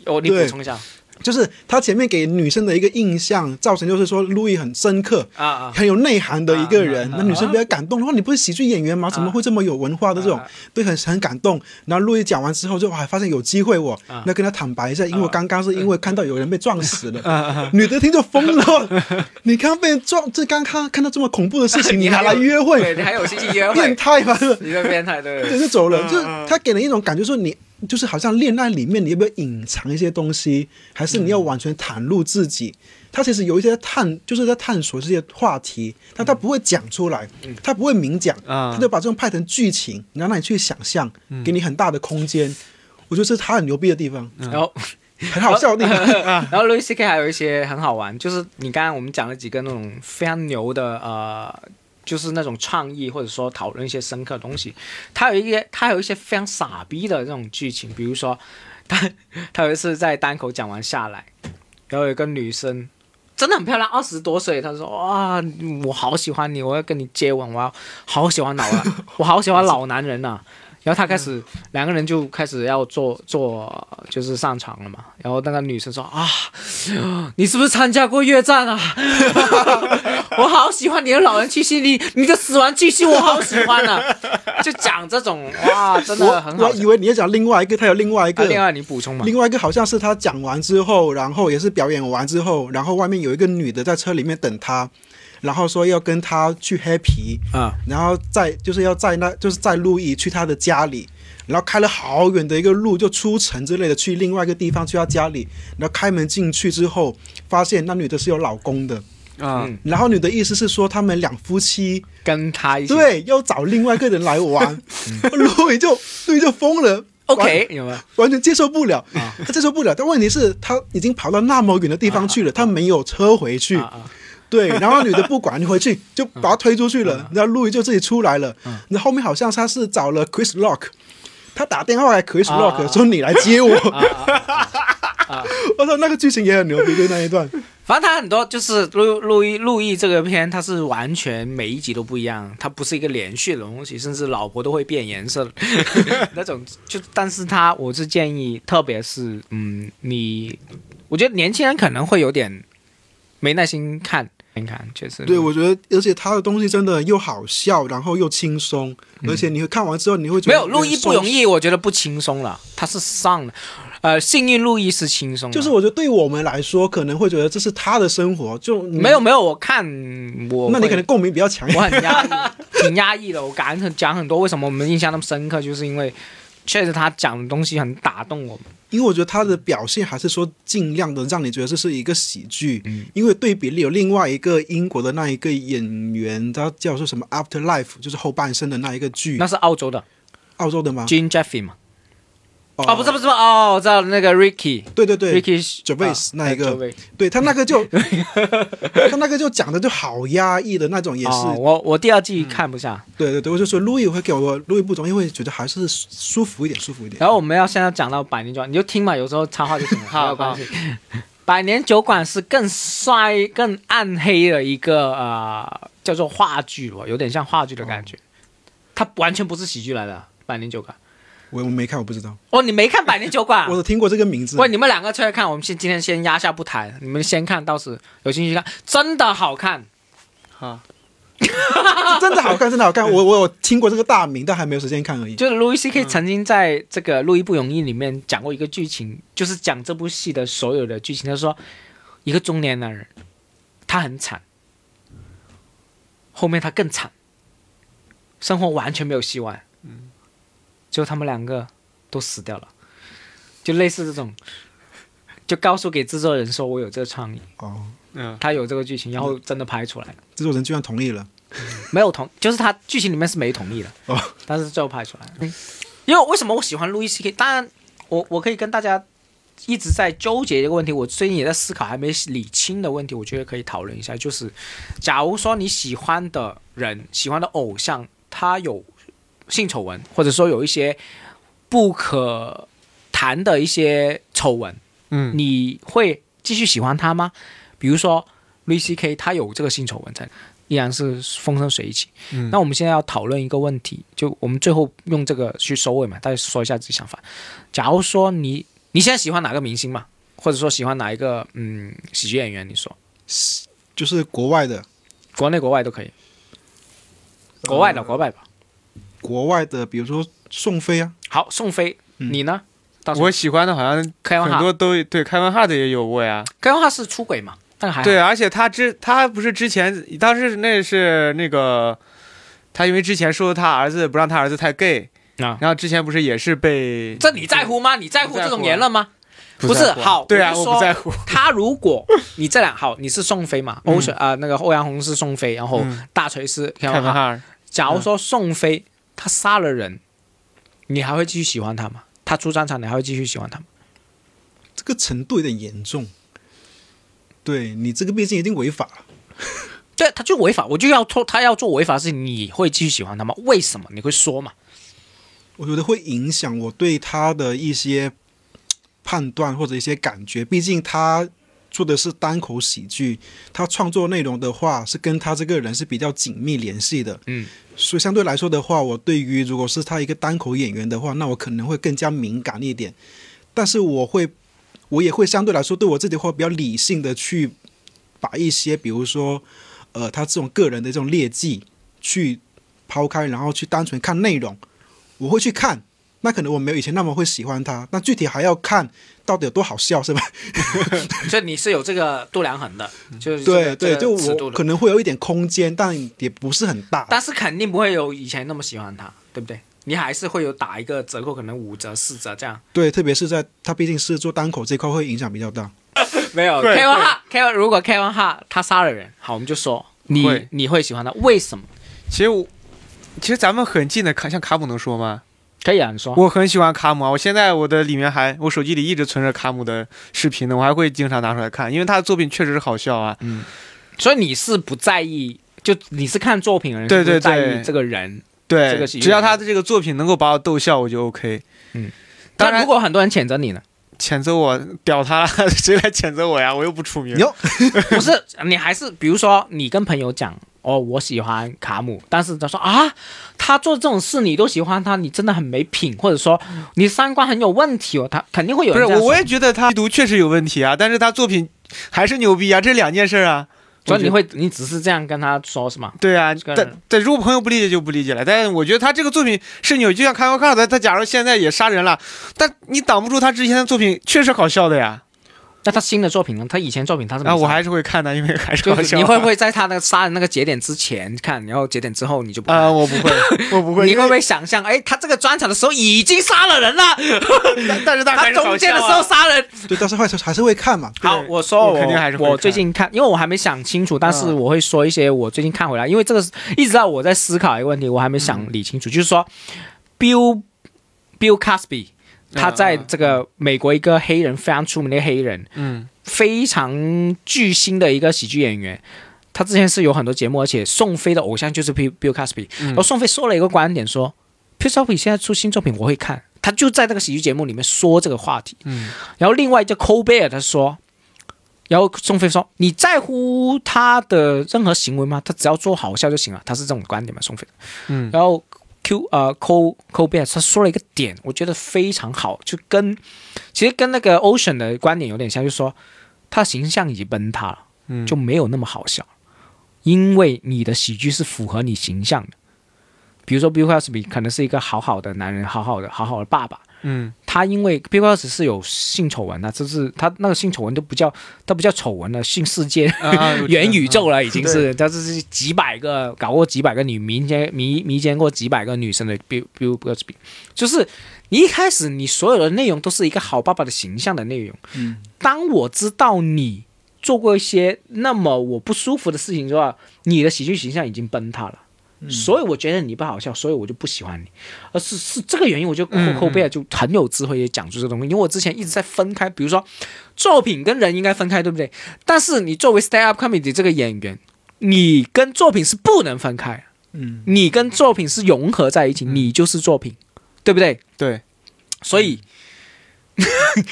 Speaker 1: 哦，你补
Speaker 2: 对
Speaker 1: 充一下
Speaker 2: 就是他前面给女生的一个印象，造成就是说路易很深刻。
Speaker 1: 啊啊，
Speaker 2: 很有内涵的一个人，
Speaker 1: 啊啊
Speaker 2: 那女生比较感动。然后你不是喜剧演员吗？怎么会这么有文化的这种
Speaker 1: 啊？
Speaker 2: 对，很很感动。然后路易讲完之后，就还发现有机会我
Speaker 1: 啊
Speaker 2: 那跟他坦白一下，因为我刚刚是因为看到有人被撞死
Speaker 1: 啊
Speaker 2: 了，女的听就疯了。你刚被撞，这刚看看到这么恐怖的事 情，你还来
Speaker 1: 有
Speaker 2: 约
Speaker 1: 对
Speaker 2: 会，
Speaker 1: 你还有心情约
Speaker 2: 变
Speaker 1: 会，
Speaker 2: 态吧？
Speaker 1: 你这变态，对
Speaker 2: 对，
Speaker 1: 对
Speaker 2: 就走了。
Speaker 3: 嗯
Speaker 2: 就
Speaker 3: 嗯
Speaker 2: 他给人一种感觉，说你就是好像恋爱里面你要不要隐藏一些东西，还是你要完全袒露自己？他其实有一些探，就是在探索这些话题，但他不会讲出来，
Speaker 1: 嗯
Speaker 2: 他不会明讲，
Speaker 3: 啊
Speaker 2: 他就把这种拍成剧情，然后让你去想象，
Speaker 1: 嗯
Speaker 3: 嗯
Speaker 2: 给你很大的空间。我觉得这是他很牛逼的地方，
Speaker 1: 然后
Speaker 2: 很好笑的地方。
Speaker 1: 然后 Louis C K 还有一些很好玩，就是你刚刚我们讲了几个那种非常牛的呃，就是那种创意或者说讨论一些深刻的东西。他有一些他有一些非常傻逼的这种剧情，比如说他他有一次在单口讲完下来，然后有一个女生。真的很漂亮，二十多岁，她说：“哇，我好喜欢你，我要跟你接吻，我要好喜欢老 男，我好喜欢老男人呐、啊然后他开始，两个人就开始要做做，就是上场了嘛。然后那个女生说：“啊，你是不是参加过越战 啊？我好喜欢你的老人气息，你你的死亡气息我好喜欢啊！”就讲这种哇，真的
Speaker 2: 我
Speaker 1: 很
Speaker 2: 我
Speaker 1: 好
Speaker 2: 还
Speaker 1: 笑。
Speaker 2: 以为你要讲另外一个，他有另外一
Speaker 1: 啊
Speaker 2: 个，
Speaker 1: 另外你补充嘛？
Speaker 2: 另外一个好像是他讲完之后，然后也是表演完之后，然后外面有一个女的在车里面等他，然后说要跟他去 happy，
Speaker 1: 啊，
Speaker 2: 然后再就是要在那就是在路易去他的家里，然后开了好远的一个路就出城之类的去另外一个地方去他家里，然后开门进去之后，发现那女的是有老公的，
Speaker 3: 啊
Speaker 1: 嗯，
Speaker 2: 然后女的意思是说他们两夫妻
Speaker 1: 跟他一起
Speaker 2: 对要找另外一个人 来玩，路易就路易就疯了。
Speaker 1: OK 有没有？
Speaker 2: 完全接受不了，
Speaker 1: 啊
Speaker 2: 他接受不了。但问题是，他已经跑到那么远的地方去了，他没有车回去。
Speaker 1: 啊嗯啊
Speaker 2: 对，然后女的不管，你 回去就把他推出去
Speaker 1: 嗯
Speaker 2: 了。然后路易就自己出来了。那后面好像他是找了 Chris Rock，他打电话给 Chris
Speaker 1: 啊
Speaker 2: Rock
Speaker 1: 啊
Speaker 2: 说：“你来接我。
Speaker 1: 啊啊！”
Speaker 2: 我操，那个剧情也很牛逼，就那一段。
Speaker 1: 反正他很多就是路路易路易这个片，它是完全每一集都不一样，它不是一个连续的东西，甚至老婆都会变颜 色那种。就但是它，我是建议，特别是嗯，你我觉得年轻人可能会有点没耐心看，看看确实
Speaker 2: 对，我觉得，而且他的东西真的又好笑，然后又轻松，
Speaker 1: 嗯
Speaker 2: 而且你会看完之后，你会觉
Speaker 1: 没
Speaker 2: 得
Speaker 1: 有路易不容。易，我觉得不轻松了，他是上了，呃，幸运路易是轻松的，
Speaker 2: 就是我觉得对我们来说，可能会觉得这是他的生活，就你
Speaker 1: 没有没有，我看我
Speaker 2: 那你
Speaker 1: 会
Speaker 2: 可能共鸣比较强一
Speaker 1: 我
Speaker 2: 点。
Speaker 1: 很压抑，挺压抑的。我感很讲很多，为什么我们印象那么深刻，就是因为确实他讲的东西很打动我们。
Speaker 2: 因为我觉得他的表现还是说尽量的让你觉得这是一个喜剧，
Speaker 1: 嗯
Speaker 2: 因为对比有另外一个英国的那一个演员，他叫做什么 After Life，就是后半生的那一个剧
Speaker 1: 那，是澳洲的
Speaker 2: 澳洲的吗？
Speaker 1: Jim Jeffrey 嘛？
Speaker 2: 啊哦
Speaker 1: 哦，不是不是不是哦，我知道那个 Ricky
Speaker 2: 对对对
Speaker 1: Ricky
Speaker 2: Gervais
Speaker 1: 啊
Speaker 2: 那一个
Speaker 1: Gervais
Speaker 2: 对他那个 就他那个就讲的就好压抑的那种，也是、嗯
Speaker 1: 哦，我我第二
Speaker 3: 嗯
Speaker 1: 季看不下。
Speaker 2: 对对对，我就说 Louis 会给我 Louis 不容易，会觉得还是舒服一点，舒服一点。
Speaker 1: 然后我们要现在讲到百年酒馆，你就听嘛，有时候插话就 行了，没
Speaker 3: 好
Speaker 1: 有关系。百年酒馆是更衰、更暗黑的一个呃，叫做话剧吧，有点像话剧的感
Speaker 2: 哦
Speaker 1: 觉。它完全不是喜剧来的，百年酒馆。
Speaker 2: 我我没看，我不知道，
Speaker 1: 哦，你没看《百年酒 馆
Speaker 2: 我》？只听过这个名字。
Speaker 1: 喂，你们两个出来看，我们先今天先压下不谈，你们先看，到时有兴趣看，真的好看。
Speaker 3: 好，
Speaker 2: 真的好看，真的 好看。我我有听过这个大名，但还没有时间看而已。
Speaker 1: 就是 Louis 嗯 C.K. 曾经在这个《路易不容易》里面讲过一个剧情，就是讲这部戏的所有的剧情。他说，一个中年男人，他很惨，后面他更惨，生活完全没有希望。嗯，最后他们两个都死掉了，就类似这种，就告诉给制作人说我有这个创意。
Speaker 2: 哦，
Speaker 3: 嗯
Speaker 1: 他有这个剧情，然后真的拍出来了，
Speaker 2: 制作人居然同意了。
Speaker 1: 没有同，就是他剧情里面是没同意的，
Speaker 2: 哦
Speaker 1: 但是最后拍出来了。因为为什么我喜欢路易 C K？当然，我我可以跟大家一直在纠结一个问题，我最近也在思考还没理清的问题，我觉得可以讨论一下，就是假如说你喜欢的人、喜欢的偶像，他有性丑闻，或者说有一些不可谈的一些丑闻，
Speaker 3: 嗯
Speaker 1: 你会继续喜欢他吗？比如说 Louis C.K. 他有这个性丑闻在，依然是风生水起。
Speaker 3: 嗯
Speaker 1: 那我们现在要讨论一个问题，就我们最后用这个去收尾嘛，大家说一下自己想法。假如说你你现在喜欢哪个明星嘛，或者说喜欢哪一个嗯喜剧演员？你说
Speaker 2: 就是国外的，
Speaker 1: 国内国外都可以，国外的、国外吧。
Speaker 2: 呃国外的，比如说宋飞啊，
Speaker 1: 好，宋飞，
Speaker 2: 嗯
Speaker 1: 你呢？到时候
Speaker 3: 我喜欢的好像
Speaker 1: 开文
Speaker 3: 很
Speaker 1: 哈
Speaker 3: 多，都对开文哈的也有过呀。
Speaker 1: 开文哈是出轨嘛？但还好
Speaker 3: 对，而且他之他不是之前当时那是那个，他因为之前说他儿子不让他儿子太 gay，
Speaker 1: 啊
Speaker 3: 然后之前不是也是被
Speaker 1: 这你在乎吗？你在乎啊这种言论吗？不
Speaker 3: 在
Speaker 1: 是
Speaker 3: 乎啊
Speaker 1: 好
Speaker 3: 对啊，
Speaker 1: 我
Speaker 3: 我
Speaker 1: 就
Speaker 3: 不在乎。
Speaker 1: 他如果你这俩好，你是宋飞嘛？
Speaker 3: 嗯
Speaker 1: 欧选啊，那个欧阳红是宋飞，然后
Speaker 3: 嗯
Speaker 1: 大锤是开
Speaker 3: 凯文
Speaker 1: 哈。
Speaker 3: 哈尔，
Speaker 1: 假如
Speaker 2: 嗯
Speaker 1: 说宋飞他杀了人，你还会继续喜欢他吗？他出战场，你还会继续喜欢他吗？
Speaker 2: 这个程度有点严重。对你这个毕竟一定违法了，
Speaker 1: 对，他就违法，我就要做他要做违法的事情，你会继续喜欢他吗？为什么？你会说嘛？
Speaker 2: 我觉得会影响我对他的一些嘖判断或者一些感觉。毕竟他做的是单口喜剧，他创作内容的话是跟他这个人是比较紧密联系的。
Speaker 1: 嗯，
Speaker 2: 所以相对来说的话，我对于如果是他一个单口演员的话，那我可能会更加敏感一点。但是我会，我也会相对来说对我自己会比较理性的去把一些，比如说，呃，他这种个人的这种劣迹去抛开，然后去单纯看内容，我会去看。那可能我没有以前那么会喜欢他，那具体还要看到底有多好笑，是吧？
Speaker 1: 所以你是有这个度量衡的，就是这
Speaker 2: 嗯对
Speaker 1: 个
Speaker 2: 对，
Speaker 1: 这
Speaker 2: 就
Speaker 1: 个尺度
Speaker 2: 我
Speaker 1: 的
Speaker 2: 可，能会啊有一点空间，但也不是很大。
Speaker 1: 但是肯定不会有以前那么喜欢他，对不对？你还是会有打一个折扣，可能五折、四折这样。
Speaker 2: 对，特别是在他毕竟是做单口这块，会影响比较大。
Speaker 1: 没有
Speaker 3: 对
Speaker 1: K one 哈，K one 如果 K one 哈他杀了人，好，我们就说你
Speaker 3: 会
Speaker 1: 你会喜欢他，为什么？
Speaker 3: 其实我其实咱们很近的，卡像卡姆能说吗？
Speaker 1: 可以啊，你说。
Speaker 3: 我很喜欢卡姆啊，我现在我的里面还我手机里一直存着卡姆的视频呢，我还会经常拿出来看，因为他的作品确实是好笑啊。
Speaker 1: 嗯所以你是不在意，就你是看作品而
Speaker 3: 对
Speaker 1: 是不
Speaker 3: 对
Speaker 1: 在意
Speaker 3: 对
Speaker 1: 这个人。
Speaker 3: 对，
Speaker 1: 这个是一个
Speaker 3: 只要他的这个作品能够把我逗笑，我就 OK。
Speaker 1: 嗯，
Speaker 3: 当
Speaker 1: 但
Speaker 3: 然
Speaker 1: 如果很多人谴责你 呢？
Speaker 3: 谴责我屌他了，谁来谴责我呀？我又不出名。
Speaker 2: 哟
Speaker 1: 不是，你还是比如说你跟朋友讲。哦，我喜欢卡姆，但是他说啊，他做这种事你都喜欢他，你真的很没品，或者说你三观很有问题哦，他肯定会有
Speaker 3: 不是
Speaker 1: 人这样
Speaker 3: 我，
Speaker 1: 说
Speaker 3: 我也觉得他毒确实有问题啊，但是他作品还是牛逼啊，这两件事啊。
Speaker 1: 所以你
Speaker 3: 我觉得
Speaker 1: 会，你只是这样跟他说是吗？
Speaker 3: 对啊，
Speaker 1: 这个人
Speaker 3: 但但如果朋友不理解就不理解了，但是我觉得他这个作品是牛，就像看高看的，他假如现在也杀人了，但你挡不住他之前的作品确实好笑的呀。
Speaker 1: 那他新的作品呢？他以前作品他是没
Speaker 3: 啊，我
Speaker 1: 上
Speaker 3: 还是会看的，因为还是 好
Speaker 1: 就是
Speaker 3: 笑。
Speaker 1: 你会不？会在他的杀人那个节点之前看，然后节点之后你就不看
Speaker 3: 啊、我 不会，我不会。
Speaker 1: 你
Speaker 3: 因
Speaker 1: 会
Speaker 3: 为
Speaker 1: 不会想象，哎，他这个专场的时候已经杀了人了，
Speaker 3: 但但是他
Speaker 1: 他
Speaker 3: 还是好
Speaker 1: 中间
Speaker 3: 笑
Speaker 1: 的时
Speaker 3: 啊
Speaker 1: 候 杀人。
Speaker 2: 对，但是还是还是会看嘛。
Speaker 1: 好，
Speaker 3: 对
Speaker 1: 我说
Speaker 3: 我肯定还是会
Speaker 1: 我
Speaker 3: 看
Speaker 1: 最近看，因为我还没想清楚，但是
Speaker 3: 嗯
Speaker 1: 我会说一些我最近看回来，因为这个是一直到我在思考一个问题，我还没
Speaker 3: 嗯
Speaker 1: 想理清楚，就是说，Bill Bill Cosby，他在这个美国一个黑人非常出名的黑人，
Speaker 3: 嗯，
Speaker 1: 非常巨星的一个喜剧演员。他之前是有很多节目，而且宋飞的偶像就是 Bill Bill Cosby、
Speaker 3: 嗯
Speaker 1: 然后宋飞说了一个观点说，Bill Cosby 现在出新作品我会看，他就在那个喜剧节目里面说这个话题。
Speaker 3: 嗯，
Speaker 1: 然后另外叫 Colbert 他说，然后宋飞说你在乎他的任何行为吗？他只要做好笑就行了，他是这种观点嘛，宋飞。
Speaker 3: 嗯
Speaker 1: 然后 Q 呃 Col Colbert 他说了一个点，我觉得非常好，就跟其实跟那个 Ocean 的观点有点像，就是说他的形象已经崩塌了，
Speaker 3: 嗯
Speaker 1: 就没有那么好笑了，因为你的喜剧是符合你形象的。比如说 Bill Cosby 可能是一个好好的男人，好好的好好的爸爸，
Speaker 3: 嗯
Speaker 1: 他因为 Bill Cosby 是有性丑闻的，就是他那个性丑闻都不叫，他不叫丑闻了，性世界、
Speaker 3: 啊，我知道
Speaker 1: 元宇宙，了，已经
Speaker 3: 对
Speaker 1: 是，他这是几百个搞过几百个女迷奸迷迷奸过几百个女生的 Bill Bill Cosby，就是你一开始你所有的内容都是一个好爸爸的形象的内容，
Speaker 2: 嗯，
Speaker 1: 当我知道你做过一些那么我不舒服的事情之后，你的喜剧形象已经崩塌了。所以我觉得你不好笑，所以我就不喜欢你，而是是这个原因，我觉得
Speaker 3: 嗯
Speaker 1: 寇寇贝尔啊就很有智慧，也讲出这东西。因为我之前一直在分开，比如说作品跟人应该分开，对不对？但是你作为 stand up comedy 这个演员，你跟作品是不能分开，
Speaker 2: 嗯，
Speaker 1: 你跟作品是融合在一起，你就是作品，对不对？
Speaker 3: 对。
Speaker 1: 所以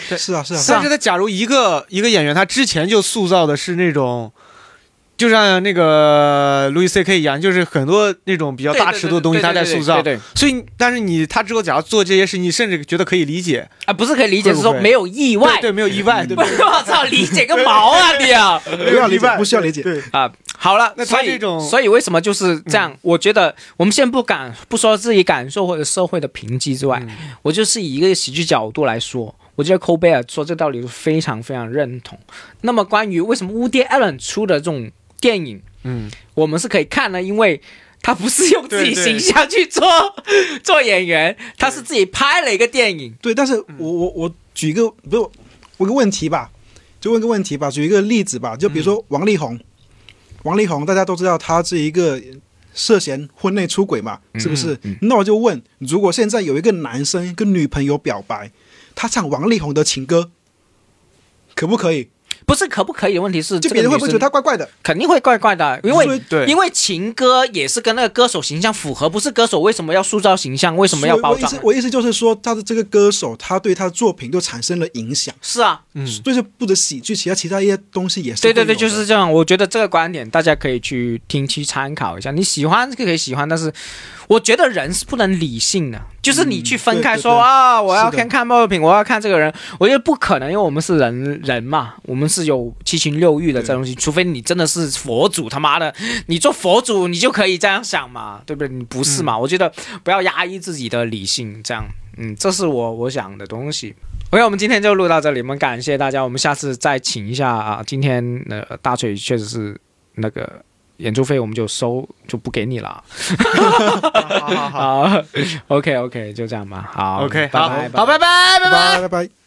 Speaker 3: 对
Speaker 2: 是啊，是
Speaker 1: 是
Speaker 2: 啊，
Speaker 1: 啊
Speaker 3: 但是他假如一个一个演员，他之前就塑造的是那种，就像那个路易 C K 一样，就是很多那种比较大尺度的东西他在塑造。
Speaker 1: 对对
Speaker 3: 所以，但是你他之后假如做这些事，你甚至觉得可以理解，
Speaker 1: 啊，不是可以理解，
Speaker 3: 会不
Speaker 1: 是说
Speaker 3: 会
Speaker 1: 没有意外。
Speaker 3: 对，对没有意外，对不对？
Speaker 1: 我操，理解个毛啊你啊！
Speaker 2: 不要理
Speaker 3: 没有意
Speaker 2: 解，
Speaker 3: 外
Speaker 2: 不需要理解。
Speaker 3: 对，
Speaker 1: 啊、好了，
Speaker 3: 那他
Speaker 1: 所以
Speaker 3: 这种嗯
Speaker 1: 所以为什么就是这样？我觉得我们先不敢不说自己感受或者社会的评级之外，
Speaker 3: 嗯
Speaker 1: 我就是以一个喜剧角度来说，我觉得 c o b e r 说这个道理是非常非常认同。那么关于为什么 Woody Allen 出的这种电影，
Speaker 3: 嗯
Speaker 1: 我们是可以看的，因为他不是用自己
Speaker 3: 对对
Speaker 1: 形象去做 做演员，他是自己拍了一个电影。
Speaker 2: 对，但是
Speaker 1: 嗯
Speaker 2: 我我我举一个不是问个问题吧，就问个问题吧，举一个例子吧，就比
Speaker 1: 嗯
Speaker 2: 如说王力宏，王力宏大家都知道他是一个涉嫌婚内出轨嘛，是不
Speaker 1: 嗯
Speaker 2: 是？那我就问，如果现在有一个男生跟女朋友表白，他唱王力宏的情歌，可不可以？
Speaker 1: 不是可不可以的问题是，
Speaker 2: 就别人会不会觉得他怪怪的？
Speaker 1: 肯定会怪怪的，啊因
Speaker 2: 所以
Speaker 1: 为
Speaker 3: 对
Speaker 1: 因为情歌也是跟那个歌手形象符合，不是歌手为什么要塑造形象，为什么要包
Speaker 2: 所以我意
Speaker 1: 装啊
Speaker 2: 思？我意思就是说，他的这个歌手，他对他的作品就产生了影响，
Speaker 1: 是啊，
Speaker 3: 嗯，
Speaker 2: 所以说不止喜剧，其他其他一些东西也是会
Speaker 1: 对
Speaker 2: 有的。
Speaker 1: 对对，就是这样。我觉得这个观点大家可以去听去参考一下，你喜欢可以喜欢，但是我觉得人是不能理性的，就是你去分开
Speaker 2: 嗯对对
Speaker 1: 说、
Speaker 2: 对
Speaker 1: 啊，我要
Speaker 2: 是的
Speaker 1: 看看爆品，我要看这个人，我觉得不可能，因为我们是人人嘛，我们是有七情六欲的这东西，除非你真的是佛祖，他妈的，你做佛祖你就可以这样想嘛，对不对？你不是
Speaker 3: 嗯
Speaker 1: 嘛？我觉得不要压抑自己的理性，这样，嗯，这是我我想的东西。OK，我们今天就录到这里，我们感谢大家，我们下次再请一下啊。今天呃，大锤确实是那个演出费我们就收就不给你了
Speaker 3: 好嗯好好好
Speaker 1: 啊。OK OK，就这样吧，好
Speaker 3: ，OK，
Speaker 1: 拜
Speaker 3: 好
Speaker 1: 拜，拜拜
Speaker 3: 好，拜拜，拜
Speaker 2: 拜
Speaker 3: 拜
Speaker 2: 拜。拜拜。